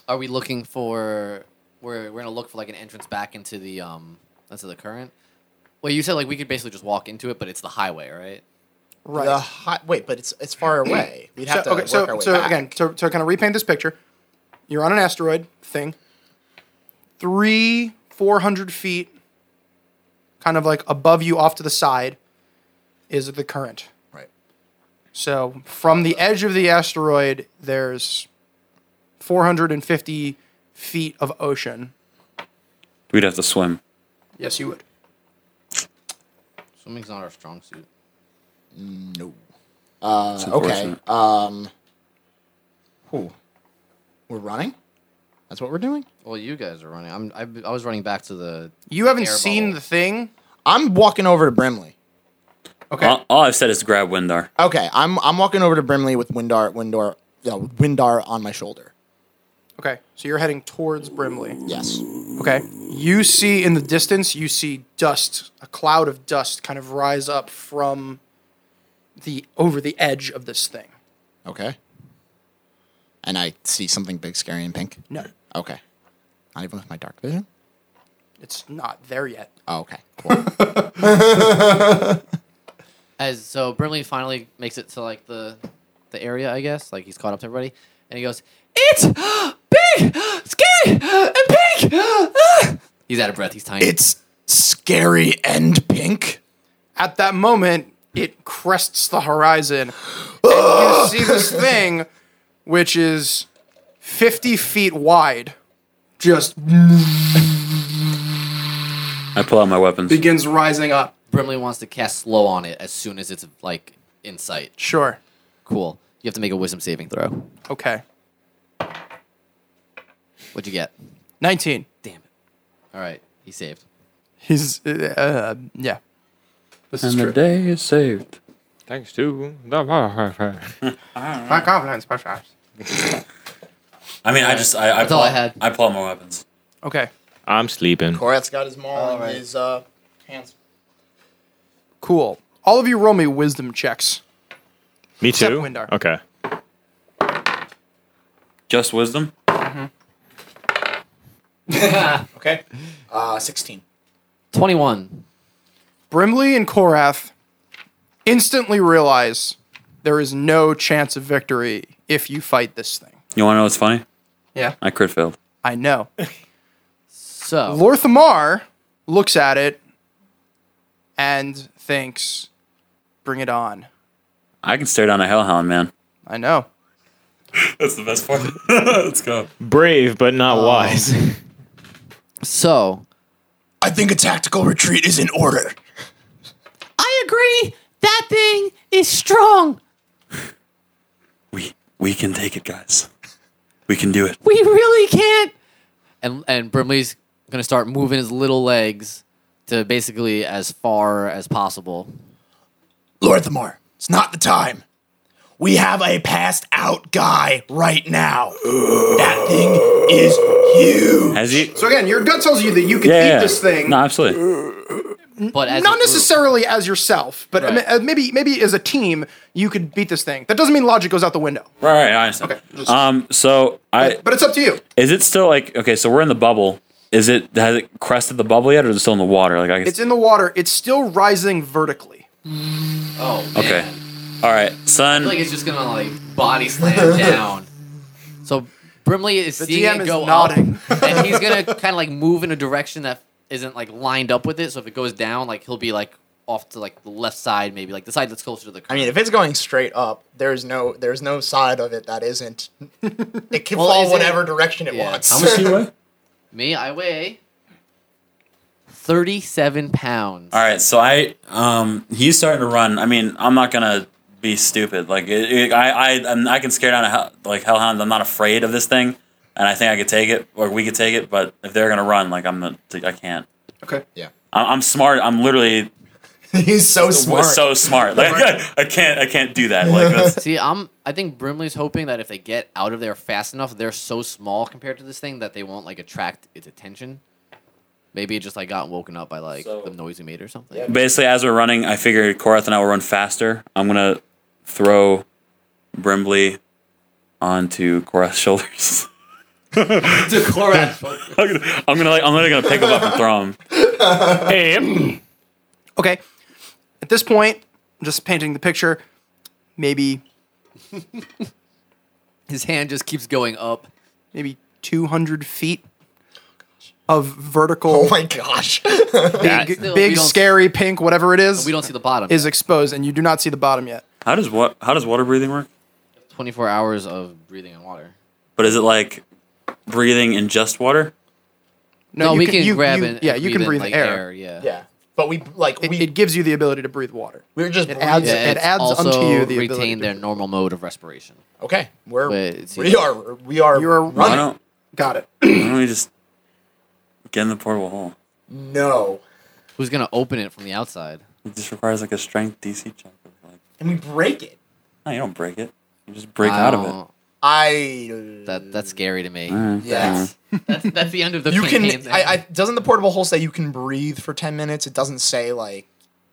D: Are we looking for? We're we're gonna look for like an entrance back into the um into the current. Well, you said like we could basically just walk into it, but it's the highway, right?
B: Right.
F: The hi- Uh, wait, but it's it's far away. We'd have to
B: so, okay,
F: work
B: so,
F: our way
B: so
F: back.
B: again, to, to kind of repaint this picture, you're on an asteroid thing, three, 400 feet, kind of like above you off to the side, is the current.
F: Right.
B: So, from the edge of the asteroid, there's 450 feet of ocean.
A: We'd have to swim.
B: Yes, you would.
D: Swimming's not our strong suit.
F: No. Uh, okay.
A: unfortunate.
F: Um. Who? We're running. That's what we're doing.
D: Well, you guys are running. I'm. I, I was running back to the.
B: You haven't
D: Air
B: seen
D: bubble.
B: the thing.
F: I'm walking over to Brimley.
B: Okay.
A: All, all I've said is grab Windar.
F: Okay, I'm I'm walking over to Brimley with Windar Windar you know, Windar on my shoulder.
B: Okay. So you're heading towards Brimley.
F: Yes.
B: Okay. You see in the distance, you see dust, a cloud of dust kind of rise up from the over the edge of this thing.
F: Okay. And I see something big, scary, and pink.
B: No,
F: Okay. Not even with my dark vision.
B: it's not there yet.
F: Oh, okay. Cool.
D: As so, Brimley finally makes it to like the, the area. I guess like he's caught up to everybody, and he goes, "It's big, scary, and pink." Ah!" He's out of breath. He's tiny.
F: it's scary and pink.
B: At that moment, it crests the horizon. And you see this thing, which is 50 feet wide, just
A: I pull out my weapons.
B: begins rising up.
D: Brimley wants to cast slow on it as soon as it's like in sight.
B: Sure.
D: Cool. You have to make a wisdom saving throw.
B: Okay.
D: What'd you get?
B: 19.
D: Damn it. All right, he saved.
B: He's, uh, yeah. This is
A: And the
B: true.
A: day is saved.
C: Thanks to the
B: My confidence, my shots.
A: I mean, I just I, I
D: That's all
A: pull
D: I
A: out-
D: had.
A: I pull out my weapons.
B: Okay.
C: I'm sleeping.
F: Korath's got his maul in
D: right.
F: his uh, hands.
B: Cool. All of you roll me wisdom checks.
C: Me too.
B: Windar.
C: Okay.
A: Just wisdom.
B: Okay.
F: Uh, 16.
D: Twenty-one.
B: Brimley and Korath instantly realize there is no chance of victory if you fight this thing.
A: You want to know what's funny?
B: Yeah.
A: I crit failed.
B: I know.
D: So
B: Lorthamar looks at it and thinks, bring it on.
A: I can stare down a hellhound, man.
B: I know.
A: That's the best part. Let's go.
C: Brave but not wise.
D: Um, So
F: I think a tactical retreat is in order.
D: I agree. That thing is strong.
A: We we can take it, guys. We can do it.
D: We really can't. And and Brimley's gonna start moving his little legs to basically as far as possible.
F: Lord Thamar, it's not the time. We have a passed out guy right now. that thing is huge.
A: Has he?
B: So again, your gut tells you that you can
A: yeah, yeah.
B: eat this thing.
A: No, absolutely.
D: But as
B: not
D: a group-
B: necessarily as yourself, but
D: Right.
B: uh, maybe maybe as a team you could beat this thing. That doesn't mean logic goes out the window,
A: Right, right. I understand.
B: Okay, just-
A: um. So I
B: but it's up to you.
A: is it still like okay? So we're in the bubble. Is it has it crested the bubble yet, or is it still in the water? Like I guess.
B: It's in the water. It's still rising vertically.
D: Oh man.
A: okay. All right, son.
D: Like it's just gonna like body slam down. So Brimley is seeing
B: DM
D: it
B: is
D: go
B: nodding.
D: up, and he's gonna kind of like move in a direction that isn't like lined up with it. So if it goes down, like he'll be like off to like the left side, maybe like the side that's closer to the.
F: I mean, if it's going straight up, there's no there's no side of it that isn't. It can
D: Well, is
F: fall
D: it-
F: whatever direction it
D: Yeah.
F: wants.
D: How
A: much do you weigh?
D: Me, I weigh thirty-seven pounds.
A: All right, so I um he's starting to run. I mean, I'm not gonna be stupid. Like it, it- I I I'm, I can scare down a hell, like hellhound. I'm not afraid of this thing, and I think I could take it, or we could take it. But if they're gonna run, like I'm not, I can't.
B: Okay.
F: yeah,
A: I'm, I'm smart. I'm literally
F: he's so smart.
A: so smart. Like I can't I can't do that. Like that's,
D: See, I'm. I think Brimley's hoping that if they get out of there fast enough, they're so small compared to this thing that they won't like attract its attention. Maybe it just like got woken up by like
A: So-
D: the noise we made or something.
A: basically as we're running, I figured Korath and I will run faster. I'm gonna throw Brimbley onto Korath's shoulders. I'm gonna, I'm gonna like I'm literally gonna pick him up and throw him.
B: Okay. At this point, just painting the picture, maybe
D: His hand just keeps going up.
B: maybe 200 feet of vertical
F: oh my gosh.
B: big,
D: Still, we
B: big
D: don't-
B: scary pink whatever it is
D: We don't see the bottom.
B: is exposed and you do not see the bottom yet.
A: How does what? How does water breathing work?
D: 24 hours of breathing in water.
A: But is it like breathing in just water?
D: No,
B: you
D: we can, grab
B: you-
D: it.
B: Yeah, you can breathe
D: like
B: air.
D: yeah.
F: Yeah. But we like
B: It,
F: we
B: it gives you the ability to breathe water.
F: we were just
B: it
F: breathing.
B: adds-
D: Yeah,
B: it
D: it's
B: adds
D: also
B: unto you the
D: retain
B: ability to-
D: their normal mode of respiration.
F: okay. We're
D: Wait, it's-
F: we are we are
B: You're
A: Why
B: Running.
A: don't,
B: Got it.
A: why don't we just get in the portable hole?
F: no.
D: Who's gonna open it from the outside?
A: It just requires like a strength DC check. Of like,
F: And we break it.
A: no, you don't break it. You just break out of it. Mm-hmm.
D: don't-
F: I
D: Oh. That that's scary to me.
A: Alright.
F: yeah.
D: That's, that's the end of the
F: You
D: campaign
F: can.
D: there.
F: I, I doesn't the portable hole say you can breathe for ten minutes? It doesn't say like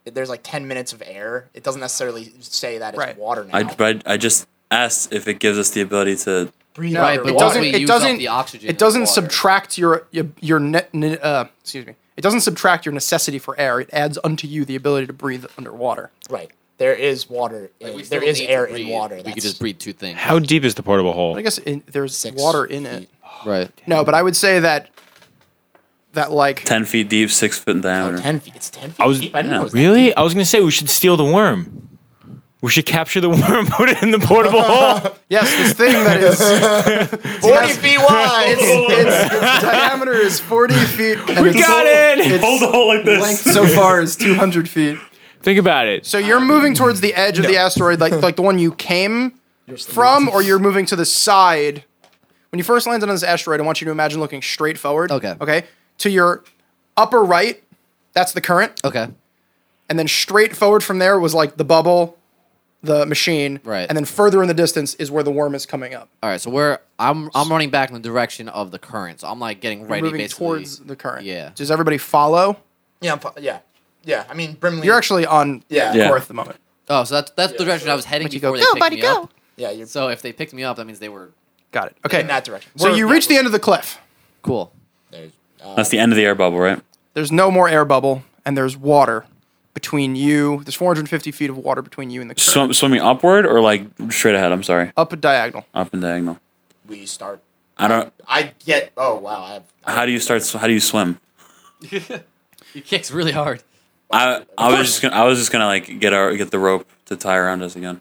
F: there's like ten minutes of air. It doesn't necessarily say that it's
B: Right.
F: water now.
A: I, but I just asked if it gives us the ability to.
F: breathe
B: No,
D: right, but
B: it
D: once
B: doesn't-
D: we
B: it
D: use up
B: doesn't-
D: the oxygen. in
B: It
D: the
B: doesn't
D: water-
B: subtract your your, your net. ne- Uh, excuse me. It doesn't subtract your necessity for air. It adds unto you the ability to breathe underwater.
F: Right. There is water. in-
D: we still
F: there is
D: need to
F: air in
D: breathe.
F: water.
D: We
F: That's,
D: could just breathe two things.
C: How deep is the portable hole?
B: I guess in, there's
F: Six
B: water in it.
F: feet.
D: Right.
B: No, but I would say that that like
A: 10 feet deep, 6 foot in
F: Oh,
A: diameter.
F: ten feet. It's ten feet.
C: I was
F: deep. I didn't know it was that
C: really. I was gonna say we should steal the worm. We should capture the worm, put it in the portable hole.
B: yes, this thing that is
F: deep. Forty feet wide.
B: its, its diameter is 40 feet. And
C: We
B: its
C: got it!
A: Hold the hole like
B: Length
A: this.
B: so far is 200 feet.
C: Think about it.
B: So you're moving towards the edge of the asteroid, like like the one you came from, or you're moving to the side. When you first landed on this asteroid, I want you to imagine looking straight forward.
D: Okay.
B: Okay. To your upper right, that's the current,
D: Okay.
B: and then straight forward from there was like the bubble, the machine,
D: Right.
B: and then further in the distance is where the worm is coming up.
D: All right. So we're I'm I'm running back in the direction of the current. So I'm like getting ready
B: moving
D: basically.
B: towards the current.
D: Yeah.
B: Does everybody follow?
F: yeah. I'm fo- Yeah. Yeah. I mean, Brimley.
B: You're actually on
F: Yeah.
B: the
A: Yeah.
B: core at the moment.
D: Oh, so that's that's the direction I was heading
B: But you go,
D: before they
B: "Go,
D: picked
B: buddy,
D: me
B: go."
D: up.
F: Yeah. You're
D: So if they picked me up, that means they were
B: Got it. Okay.
F: in that direction.
B: So you reach the end of the cliff.
D: cool.
F: There's, uh,
A: That's the end of the air bubble, right?
B: There's no more air bubble, and there's water between you. There's 450 feet of water between you and the current.
A: Swim, swimming upward or like straight ahead? I'm sorry.
B: up a diagonal.
A: Up and diagonal.
F: we start.
A: I don't.
F: I get. Oh wow. I have.
A: How do you start? sw- How do you swim?
D: He kicks really hard.
A: I, I was just gonna I was just gonna like get our get the rope to tie around us again.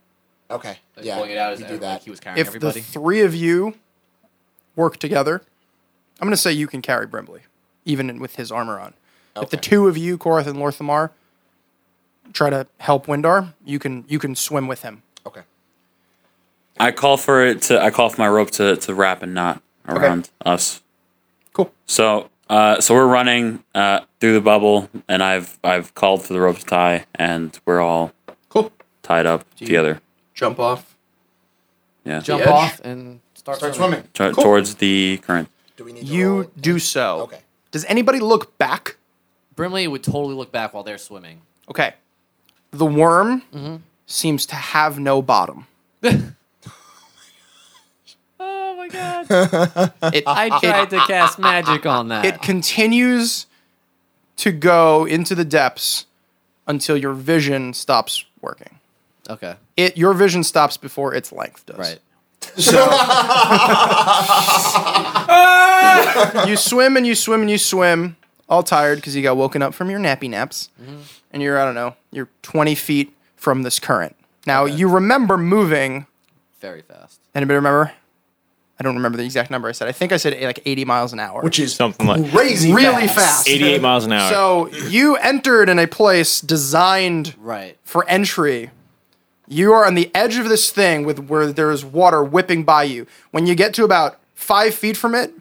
F: Okay.
D: Like
F: Yeah.
D: pulling it out as
F: we
D: every-
F: do
D: Like
F: that.
D: he was carrying
B: If
D: everybody.
B: the three of you work together, I'm going to say you can carry Brimley, even in- with his armor on. If the
F: Okay.
B: two of you, Korath and Lorthamar, try to help Windar, you can you can swim with him.
F: Okay.
A: I call for it to I call for my rope to to wrap and knot around us.
B: Cool.
A: So uh so we're running uh through the bubble and I've I've called for the rope to tie and we're all
B: Cool.
A: tied up together.
B: Jump off.
A: Yeah.
D: Jump
B: edge.
D: off and start,
F: Start swimming.
A: T- towards the current.
F: Do we need to roll?
B: You do so.
F: Okay.
B: Does anybody look back?
D: Brimley would totally look back while they're swimming.
B: Okay. The worm
F: Mm-hmm.
B: seems to have no bottom.
D: Oh my god!
B: It,
D: I tried to cast magic on that.
B: it continues to go into the depths until your vision stops working.
D: okay.
B: It your vision stops before its length does.
D: Right.
B: You swim and you swim and you swim, all tired because you got woken up from your nappy naps,
D: Mm-hmm.
B: and you're I don't know, you're 20 feet from this current. Now you remember moving.
D: Very fast.
B: Anybody remember? I don't remember the exact number I said. I think I said eh, like 80 miles an hour.
F: Which is
C: Something like
F: crazy.
B: really fast.
C: 88 miles an hour.
B: So you entered in a place designed
D: Right.
B: for entry. You are on the edge of this thing with where there is water whipping by you. When you get to about five feet from it,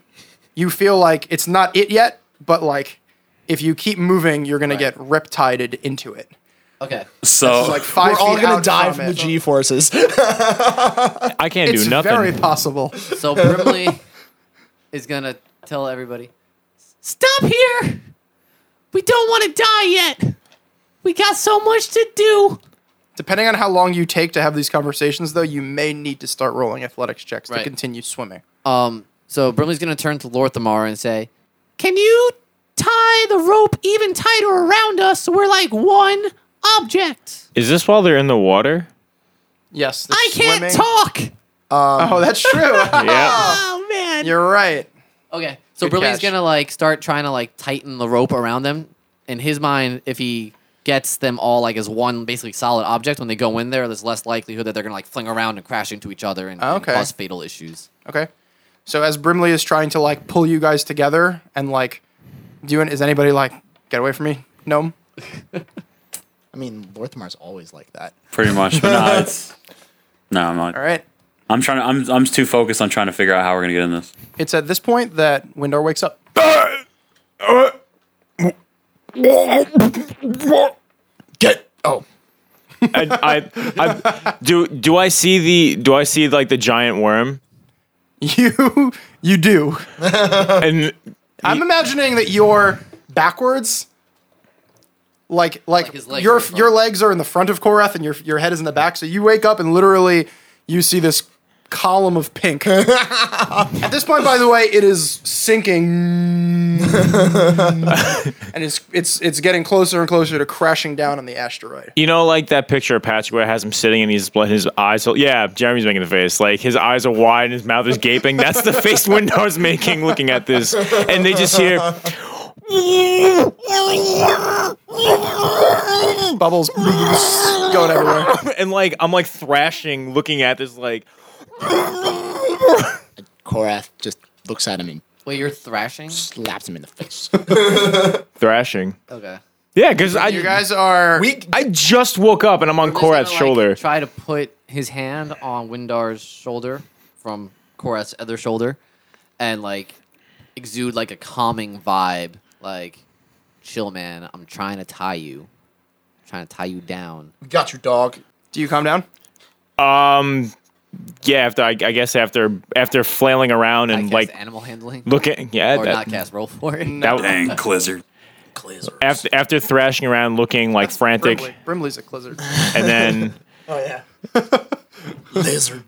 B: you feel like it's not it yet, but like if you keep moving, you're gonna get riptided into it.
D: Okay.
A: So
B: Like 5
F: We're
B: feet
F: all gonna
B: out
F: die
B: from
F: from
B: it.
F: the G forces.
C: I can't
B: It's
C: do nothing.
B: very possible.
D: So Brimley is gonna tell everybody, "Stop here! We don't want to die yet. We got so much to do."
B: Depending on how long you take to have these conversations, though, you may need to start rolling athletics checks to
D: Right.
B: continue swimming.
D: Um. So Brimley's gonna turn to Lorthamar and say, "Can you tie the rope even tighter around us so we're like one object?
C: Is this while they're in the water?
B: Yes, the
D: I can't
B: swimming-
D: talk.
B: Oh, that's true.
C: Yeah.
D: Oh man."
B: You're right.
D: Okay. So
B: Good
D: Brilliant's
B: catch.
D: gonna like start trying to like tighten the rope around them. In his mind, if he gets them all like as one basically solid object, when they go in there, there's less likelihood that they're gonna like fling around and crash into each other and, and
B: Okay.
D: cause fatal issues.
B: Okay. So as Brimley is trying to like pull you guys together and like doing, is anybody like get away from me, gnome?
F: I mean, Lorthamar's always like that.
A: pretty much. But no, it's no, I'm not.
B: All right.
A: I'm trying. To, I'm I'm too focused on trying to figure out how we're gonna get in this.
B: It's at this point that Windar wakes up.
F: Get oh,
C: I, I, I, do do I see the do I see like the giant worm
B: You, you do.
C: and
B: I'm imagining that you're backwards. Like, like,
D: Like his legs
B: your
D: are in front.
B: your legs are in the front of Korath and your your head is in the back. So you wake up and literally you see this column of pink. At this point, by the way, it is sinking, and it's it's it's getting closer and closer to crashing down on the asteroid.
C: you know like that picture of Patrick where it has him sitting and he's and his eyes are, yeah Jeremy's making the face like his eyes are wide and his mouth is gaping that's the face Windar's making looking at this and they just hear
B: Bubbles going everywhere.
C: and like I'm like thrashing looking at this like
F: Korath just looks at him and
D: Wait, you're thrashing?
F: slaps him in the face.
C: thrashing
D: Okay.
C: yeah because I
B: You guys are
F: we
C: I just woke up and I'm on Korath's
D: Just gonna, like,
C: shoulder
D: Try to put his hand on Windar's shoulder from Korath's other shoulder, and like exude like a calming vibe. Like, chill, man. I'm trying to tie you. I'm trying to tie you down.
F: got you, dog.
B: Do you calm down?
C: um yeah after I, I guess after after flailing around
D: I
C: and
D: cast
C: like
D: animal handling.
C: looking yeah
D: or
C: that-
D: not cast roll for it.
C: That-
A: Dang, Clizzard.
C: after after thrashing around looking like frantic
B: Brimley. Brimley's a clizzard.
C: and then
F: Oh yeah, lizard.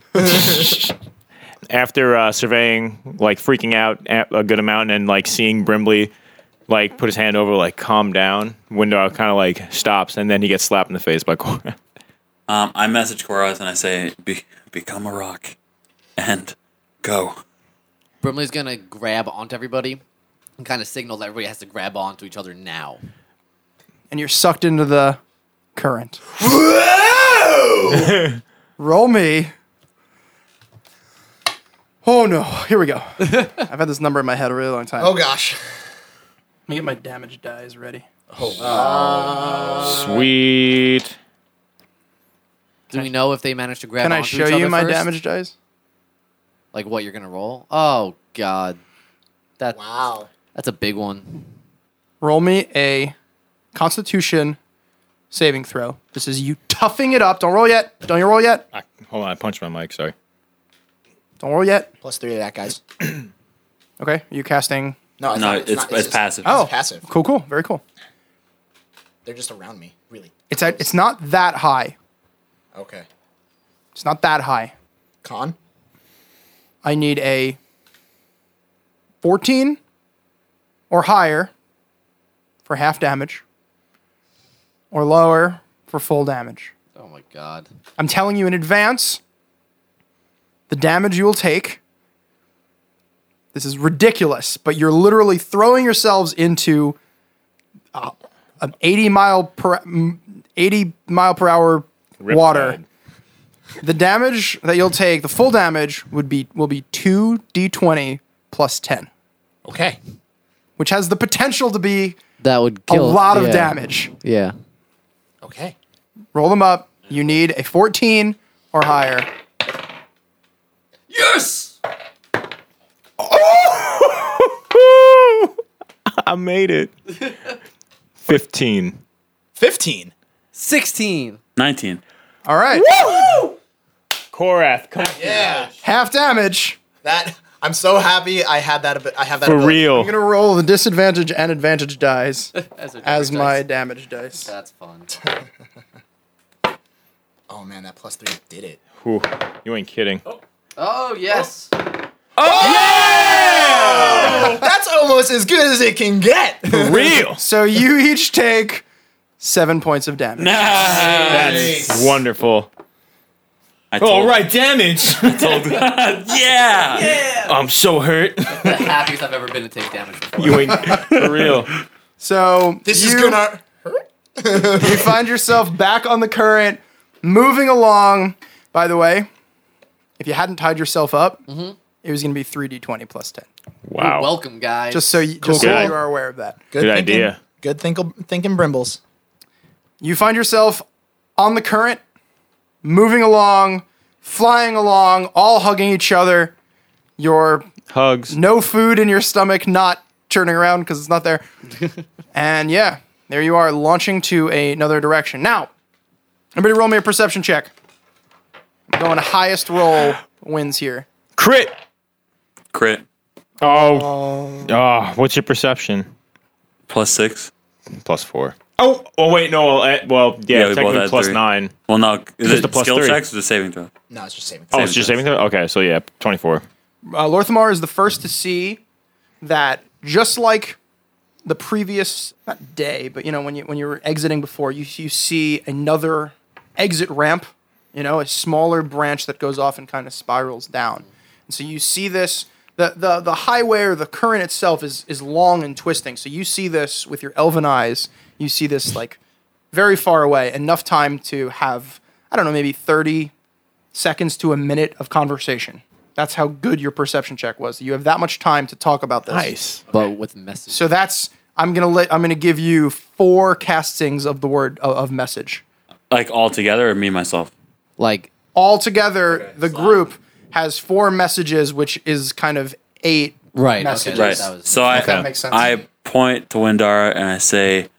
C: after uh, surveying like freaking out at a good amount and like seeing Brimley like put his hand over like calm down window kind of like stops and then he gets slapped in the face by Cora.
A: Um, I message Koraz and I say, Be- "Become a rock, and go."
D: Brimley's gonna grab onto everybody and kind of signal that everybody has to grab onto each other now.
B: and you're sucked into the current. Roll me. Oh no, here we go. I've had this number in my head a really long time.
F: Oh gosh.
B: Let me get my damage dies ready.
F: Oh,
D: Uh,
C: Sweet.
D: Do we know if they managed to grab
B: Can I
D: onto
B: show
D: each
B: you
D: other
B: my
D: first?
B: damage dies?
D: Like what you're gonna roll? Oh god. That
F: Wow.
D: that's a big one.
B: Roll me a constitution saving throw. This is you toughing it up. Don't roll yet. Don't you roll yet.
C: I, hold on, I punched my mic. Sorry.
B: Don't roll yet.
F: Plus three to that, guys.
B: Okay, are you casting.
F: No,
A: No,
F: not-
A: it's
F: not-
A: it's,
F: just-
A: passive.
B: Oh,
F: passive.
B: Cool, cool. Very cool.
F: They're just around me, really.
B: It's at, it's not that high.
F: Okay.
B: It's not that high.
F: Con.
B: I need a 14 or higher for half damage or lower for full damage.
D: Oh my god.
B: I'm telling you in advance the damage you will take. This is ridiculous, but you're literally throwing yourselves into uh, an 80 mile per m- 80 mile per hour water.
C: tide.
B: The damage that you'll take, the full damage would be will be 2d20 plus 10,
F: Okay.
B: which has the potential to be
D: That would
B: a
D: kill
B: lot of
D: yeah.
B: damage.
D: Yeah.
F: Okay.
B: Roll them up. You need a 14 or higher.
C: I made it. 15.
F: Fifteen.
D: Sixteen.
A: Nineteen.
B: All right.
C: Korath, come
F: Yeah.
B: Half damage.
F: That. I'm so happy I had that. abi- I have that
C: for
F: ability.
C: real.
B: I'm gonna roll the disadvantage and advantage dice
D: That's a
B: as
D: damage
B: my
D: dice.
B: damage dice.
D: That's fun.
F: Oh man, that plus three did it.
C: Whew, you ain't kidding.
D: Oh yes.
B: Oh!
F: Oh, That's almost as good as it can get.
C: Real.
B: So you each take seven points of damage.
C: That's wonderful.
A: I told,
C: Oh, damage.
A: Yeah.
C: I'm so hurt.
D: the happiest I've ever been to take damage before.
C: You ain't for real.
B: So
F: This
B: you,
F: is gonna.
B: you find yourself back on the current,
F: Mm-hmm.
B: moving along. By the way, if you hadn't tied yourself up, it was going to be 3d20 plus 10.
C: Wow.
D: Welcome, guys.
B: Just so you, just
C: Cool.
B: so
C: Good.
B: you are aware of that.
F: Good,
C: Good
F: thinking,
C: idea.
F: Good think, thinking, Brimbles.
B: You find yourself on the current, moving along, flying along, all hugging each other. Your
C: Hugs.
B: no food in your stomach, not turning around because it's not there. and yeah, there you are launching to another direction. Now, everybody roll me a perception check. I'm going highest roll wins here.
C: Crit.
A: Crit.
C: Oh. Oh, what's your perception?
A: Plus six.
C: Plus four. Oh. Oh wait, no. Well, eh, well
A: Yeah,
C: yeah,
A: we both
C: technically
A: had
C: plus
A: three.
C: nine.
A: Well, no. Is
C: Just
A: it
C: a plus
A: skill
C: three.
A: checks or just saving throw?
F: No, it's just saving.
C: Oh, it's just
A: throw.
C: saving throw. Okay, so yeah, twenty-four.
B: Uh, Lorthamar is the first to see that just like the previous not day, but you know when you when you were exiting before, you you see another exit ramp, you know, a smaller branch that goes off and kind of spirals down. And so you see this the the the highway or the current itself is is long and twisting. So you see this with your elven eyes. You see this like very far away, enough time to have I don't know maybe thirty seconds to a minute of conversation. That's how good your perception check was. You have that much time to talk about this.
D: but with message.
B: So that's I'm gonna let I'm gonna give you four castings of the word of, of message.
A: Like all together or me myself?
D: like
B: Altogether, the group has four messages, which is kind of eight.
D: right.
B: Messages.
D: Okay,
A: Right.
D: that was-
A: so I,
F: makes sense.
A: I point to Windara and I say,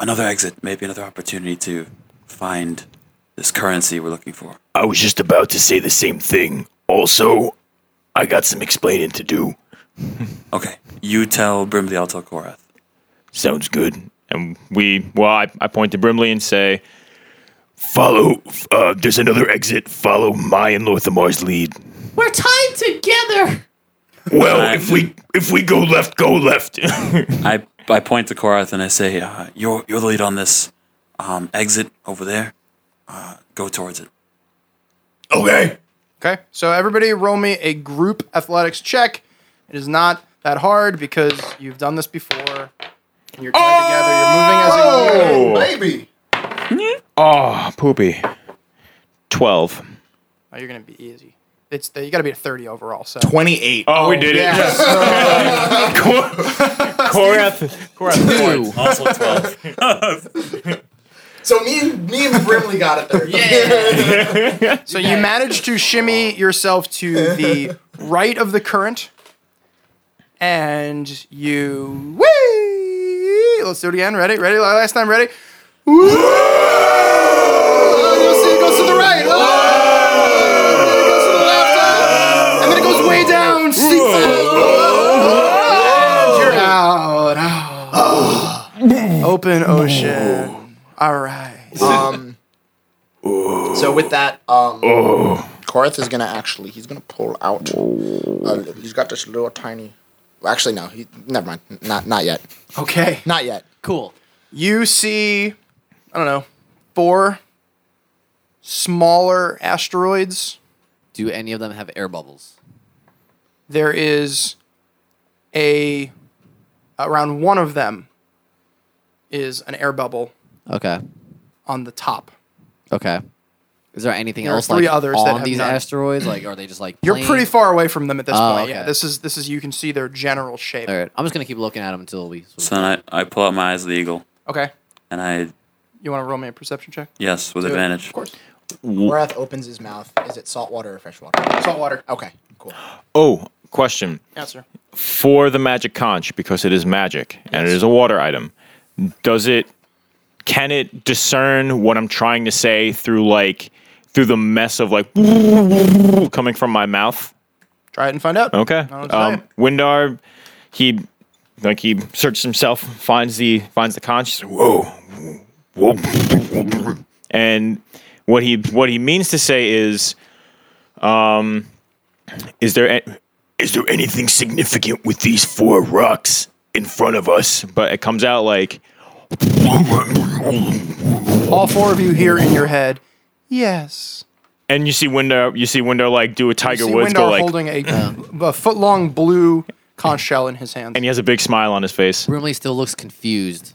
A: another exit, maybe another opportunity to find this currency we're looking for.
G: I was just about to say the same thing. Also, I got some explaining to do.
A: Okay. You tell Brimley I'll tell Korath.
G: Sounds good.
C: And we. Well, I, I point to Brimley and say,
G: Follow. Uh, there's another exit. Follow my and Lorthamar's lead.
D: We're tied together.
G: Well, if we if we go left, go left.
A: I, I point to Korath and I say, uh, you're, you're the lead on this um, exit over there. Uh, go towards it.
G: okay.
B: Okay, so everybody roll me a group athletics check. It is not that hard because you've done this before. And you're tied together. You're moving as a unit.
F: Maybe.
C: "Oh, poopy." Twelve.
B: Oh, you're gonna be easy. It's the, you got to be a thirty overall. So
F: Twenty-eight.
C: Oh, we did it. Cor- Korath. Korath.
D: Ew.
A: Also 12.
F: So me and me and Brimley got it there.
D: Yeah.
B: So you manage to shimmy yourself to the right of the current, and you. Whee! Let's do it again. Ready? Ready? Like Last time. Ready? Whee! Oh, you see, it goes to the right. Oh, and then it goes to the left. Oh, and then it goes way down. See- And you're out. Out. Open ocean. All right.
F: Um. So with that, um, Korath is gonna actually he's gonna pull out. Uh, he's got this little tiny. well, Actually, no. He, never mind. Not not yet.
B: Okay.
F: Not yet.
D: cool.
B: you see, I don't know, four smaller asteroids.
D: Do any of them have air bubbles?
B: There is a, around one of them is an air bubble
D: Okay.
B: on the top.
D: Okay. Is there anything
B: There are
D: else
B: three
D: like
B: others that
D: on
B: have
D: these
B: none.
D: asteroids? Like, are they just like?
B: You're
D: plain?
B: pretty far away from them at this
D: Oh,
B: point. Yeah,
D: okay.
B: this is this is you can see their general shape.
D: All right. I'm just gonna keep looking at them until we.
A: so then I, I pull out my eyes of the eagle
B: Okay,
A: and I,
B: you want to roll me a perception check?
A: yes, with advantage.
B: Of course.
F: Korath opens his mouth. Is it salt water or fresh water?
B: Salt water.
F: Okay. Cool.
C: Oh, question.
B: Yes, sir.
C: for the magic conch because it is magic and it is a water item. Does it can it discern what I'm trying to say through like through the mess of like coming from my mouth?
B: Try it and find out.
C: Okay.
B: I'll try
C: Um
B: it.
C: Windar he like he searches himself, finds the finds the conch. he's like, Whoa.
G: Whoa.
C: And what he what he means to say is um is there a,
G: Is there anything significant with these four rocks in front of us?
C: but it comes out like
B: All four of you hear in your head. Yes.
C: and you see window you see window like do a Tiger
B: You see
C: Woods
B: Windar
C: go like
B: holding a, a foot long blue conch shell in his hand.
C: and he has a big smile on his face.
D: Brimley still looks confused.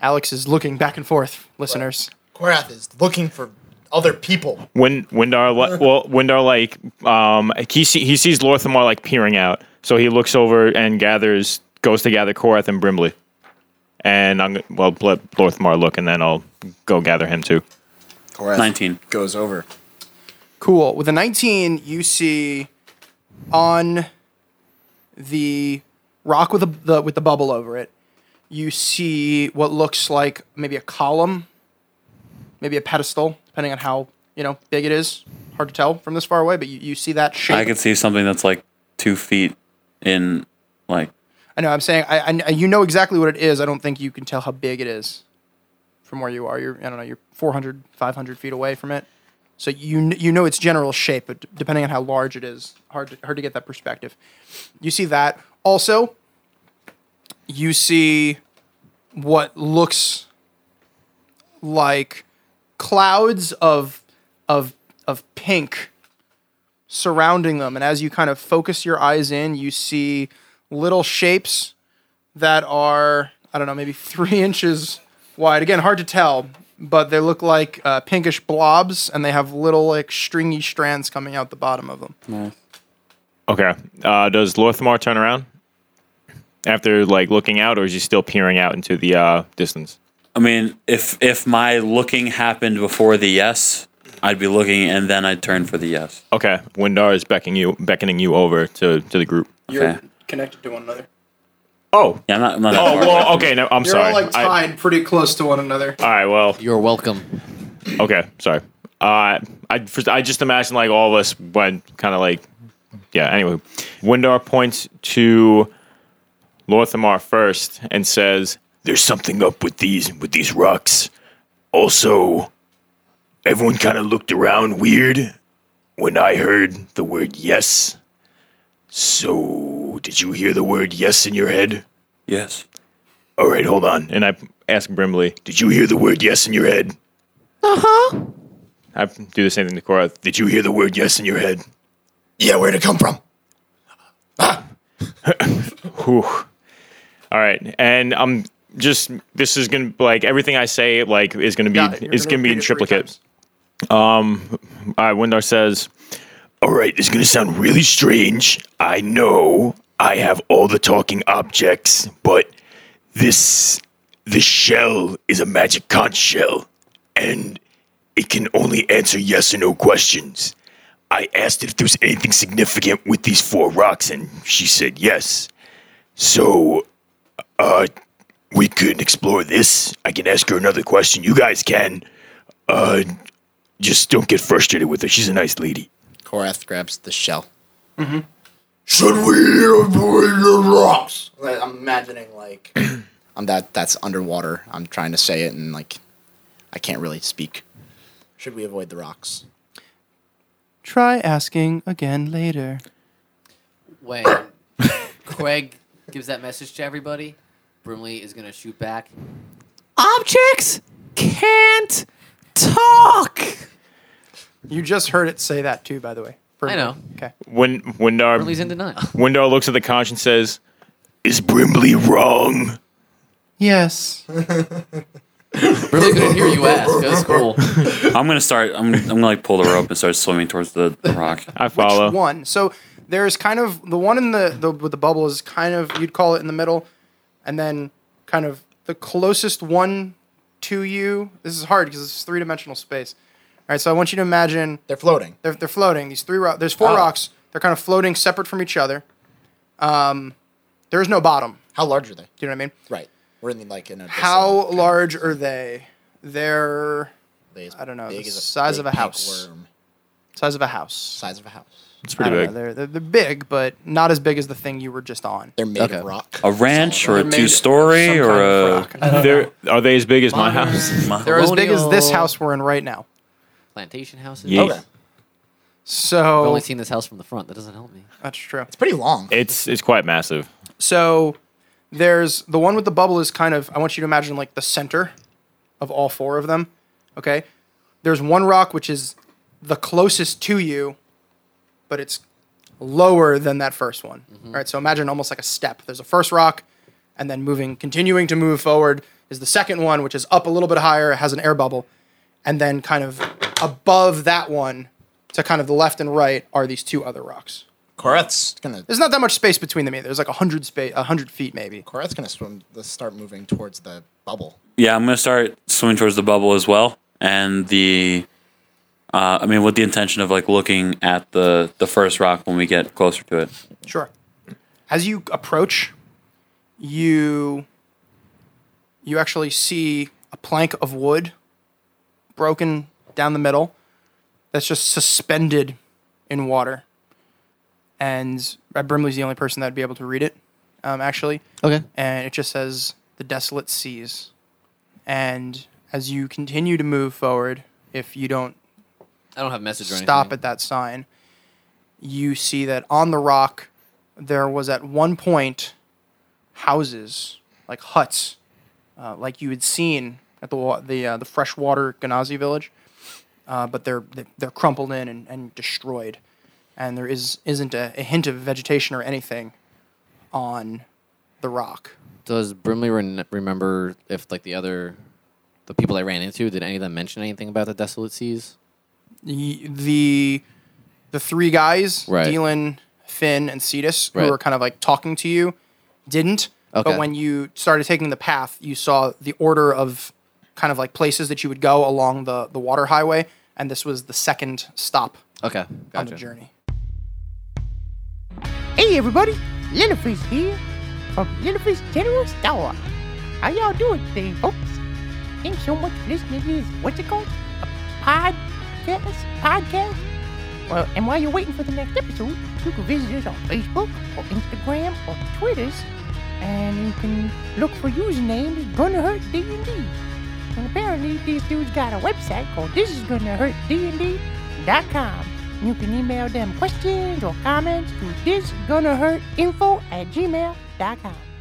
B: Alex is looking back and forth, listeners.
F: Korath is looking for other people.
C: When Windar li- well Windar like um he see- he sees Lorthamar like peering out, so he looks over and gathers goes to gather Korath and Brimley, and I'm g- well let Lorthamar look and then I'll go gather him too.
F: Korath
A: 19.
F: goes over.
B: Cool. With a 19, you see on the rock with a, the with the bubble over it, you see what looks like maybe a column, maybe a pedestal, depending on how you know big it is. Hard to tell from this far away, but you, you see that shape.
A: I could see something that's like two feet in, like,
B: I know. I'm saying I, I you know exactly what it is. I don't think you can tell how big it is from where you are. You're I don't know. You're 400, 500 feet away from it, so you kn- you know its general shape, but d- depending on how large it is, hard to, hard to get that perspective. You see that. Also, you see what looks like clouds of of of pink surrounding them. And as you kind of focus your eyes in, you see little shapes that are, I don't know, maybe three inches wide. Again, hard to tell, but they look like uh, pinkish blobs and they have little, like, stringy strands coming out the bottom of them.
C: Okay, uh, does Lorthamar turn around after like looking out, or is he still peering out into the uh, distance?
A: I mean, if if my looking happened before the yes, I'd be looking and then I'd turn for the yes.
C: Okay, Windar is beckoning you beckoning you over to to the group.
A: Okay.
B: connected to one another.
C: Oh.
A: yeah, I'm not. I'm not
C: Oh
A: that far.
C: well, okay. No, I'm
B: You're
C: sorry.
B: all like
C: I-
B: tied pretty close to one another.
C: all right. Well,
D: You're welcome.
C: Okay, sorry. Uh, I first- I just imagine like all of us went kind of like, yeah. Anyway, Windar points to Lorthamar first and says,
G: There's something up with these with these rocks. Also, everyone kind of looked around weird when I heard the word yes. So, did you hear the word yes in your head?
A: Yes.
G: All right, hold on.
C: and I ask Brimley,
G: Did you hear the word yes in your head?
D: Uh-huh.
C: I do the same thing to Cora.
G: Did you hear the word yes in your head?
F: Yeah, where'd it come from?
C: Whew. All right, and I'm just this is gonna like everything I say like is gonna be
B: Got it. You're
C: is gonna, be
B: repeat
C: in
B: it three
C: triplicate. Um,
B: times.
C: All right, Windar says,
G: All right, this is going to sound really strange. I know I have all the talking objects, but this this shell is a magic conch shell and it can only answer yes or no questions. I asked if there was anything significant with these four rocks and she said yes. So uh we could explore this. I can ask her another question. You guys can. Uh just don't get frustrated with her. She's a nice lady.
F: Korath grabs the shell.
B: Mm-hmm.
F: Should we avoid the rocks? Like, I'm imagining like I'm that that's underwater. I'm trying to say it and like I can't really speak. Should we avoid the rocks?
B: Try asking again later.
D: When Craig gives that message to everybody, Brimley is gonna shoot back. Objects can't talk.
B: You just heard it say that, too, by the way.
D: I know.
B: Okay.
C: "When Windar
D: Brimley's
F: Um,
D: in denial.
C: Windar looks at the conch and says,
G: Is Brimley wrong?
B: Yes.
D: Brimley couldn't hear you ask. That's cool.
A: I'm gonna start. I'm, I'm gonna like pull the rope and start swimming towards the, the rock.
C: "I follow."
B: one. So there's kind of the one in the, the with the bubble is kind of you'd call it in the middle, and then kind of the closest one to you. This is hard because it's three dimensional space. All right, so I want you to imagine
F: They're floating.
B: they're, they're floating. These three rocks. There's four
F: Oh.
B: rocks. They're kind of floating separate from each other. Um, there is no bottom.
F: How large are they?
B: Do you know what I mean?
F: Right. We're in like in a
B: How large are they? They're
F: they
B: I don't know,
F: Big
B: the
F: as
B: size
F: big
B: of a
F: pink
B: house.
F: Worm.
B: size of a house.
F: Size of a house.
C: It's
B: I
C: pretty
B: don't
C: big.
B: know. They're, they're they're big, but not as big as the thing you were just on.
F: They're made
D: Okay.
F: of rock.
A: A ranch or
F: Solid
A: a
F: rock.
A: two story
B: Some
A: or
B: kind of
A: a.
B: rock.
C: They're, are they as big as my
D: Modern
C: house?
B: They're as big as this
D: colonial
B: house we're in right now.
D: Plantation houses.
C: Yeah.
F: Okay.
D: I've
B: So
D: only seen this house from the front. That doesn't help me.
B: that's true.
F: It's pretty long.
C: It's it's quite massive.
B: So there's the one with the bubble is kind of I want you to imagine like the center of all four of them. Okay. There's one rock which is the closest to you, but it's lower than that first one. All right. So imagine almost like a step. There's a first rock, and then moving, continuing to move forward is the second one, which is up a little bit higher, has an air bubble, and then kind of above that one to kind of the left and right are these two other rocks.
F: Korath's gonna
B: There's not that much space between them either. There's like a hundred space, a hundred feet maybe.
F: Korath's gonna swim. Let's start moving towards the bubble.
A: Yeah, I'm gonna start swimming towards the bubble as well, and the, uh, I mean, with the intention of like looking at the the first rock when we get closer to it.
B: Sure. As you approach, you you actually see a plank of wood broken down the middle that's just suspended in water. And Brad Brimley's the only person that'd be able to read it, um, actually.
D: Okay.
B: And it just says the desolate seas. And as you continue to move forward, if you don't
D: I don't have message or anything.
B: stop at that sign, you see that on the rock there was at one point houses like huts, uh, like you had seen at the wa- the uh, the freshwater Ganazi village, uh, but they're they're crumpled in and, and destroyed, and there is isn't a, a hint of vegetation or anything on the rock.
D: Does Brimley re- remember if like the other, the people I ran into, did any of them mention anything about the desolate seas?
B: y- the the three guys,
D: Right.
B: Dylan, Finn, and Cetus,
D: Right.
B: who were kind of like talking to you, didn't.
D: Okay.
B: But when you started taking the path, you saw the order of kind of like places that you would go along the the water highway, and this was the second stop
D: Okay,
B: on
D: gotcha.
B: the journey.
H: Hey everybody, Littleface here from Littleface General Store. How y'all doing today, folks? Thanks so much for listening to this. What's it called? A podcast? Podcast? Well, and while you're waiting for the next episode, you can visit us on Facebook or Instagram or Twitters, and you can look for usernames Gonna Hurt D&D. And apparently, these dudes got a website called This Is Gonna Hurt D&D.com. You can email them questions or comments to This Gonna Hurt Info at gmail.com.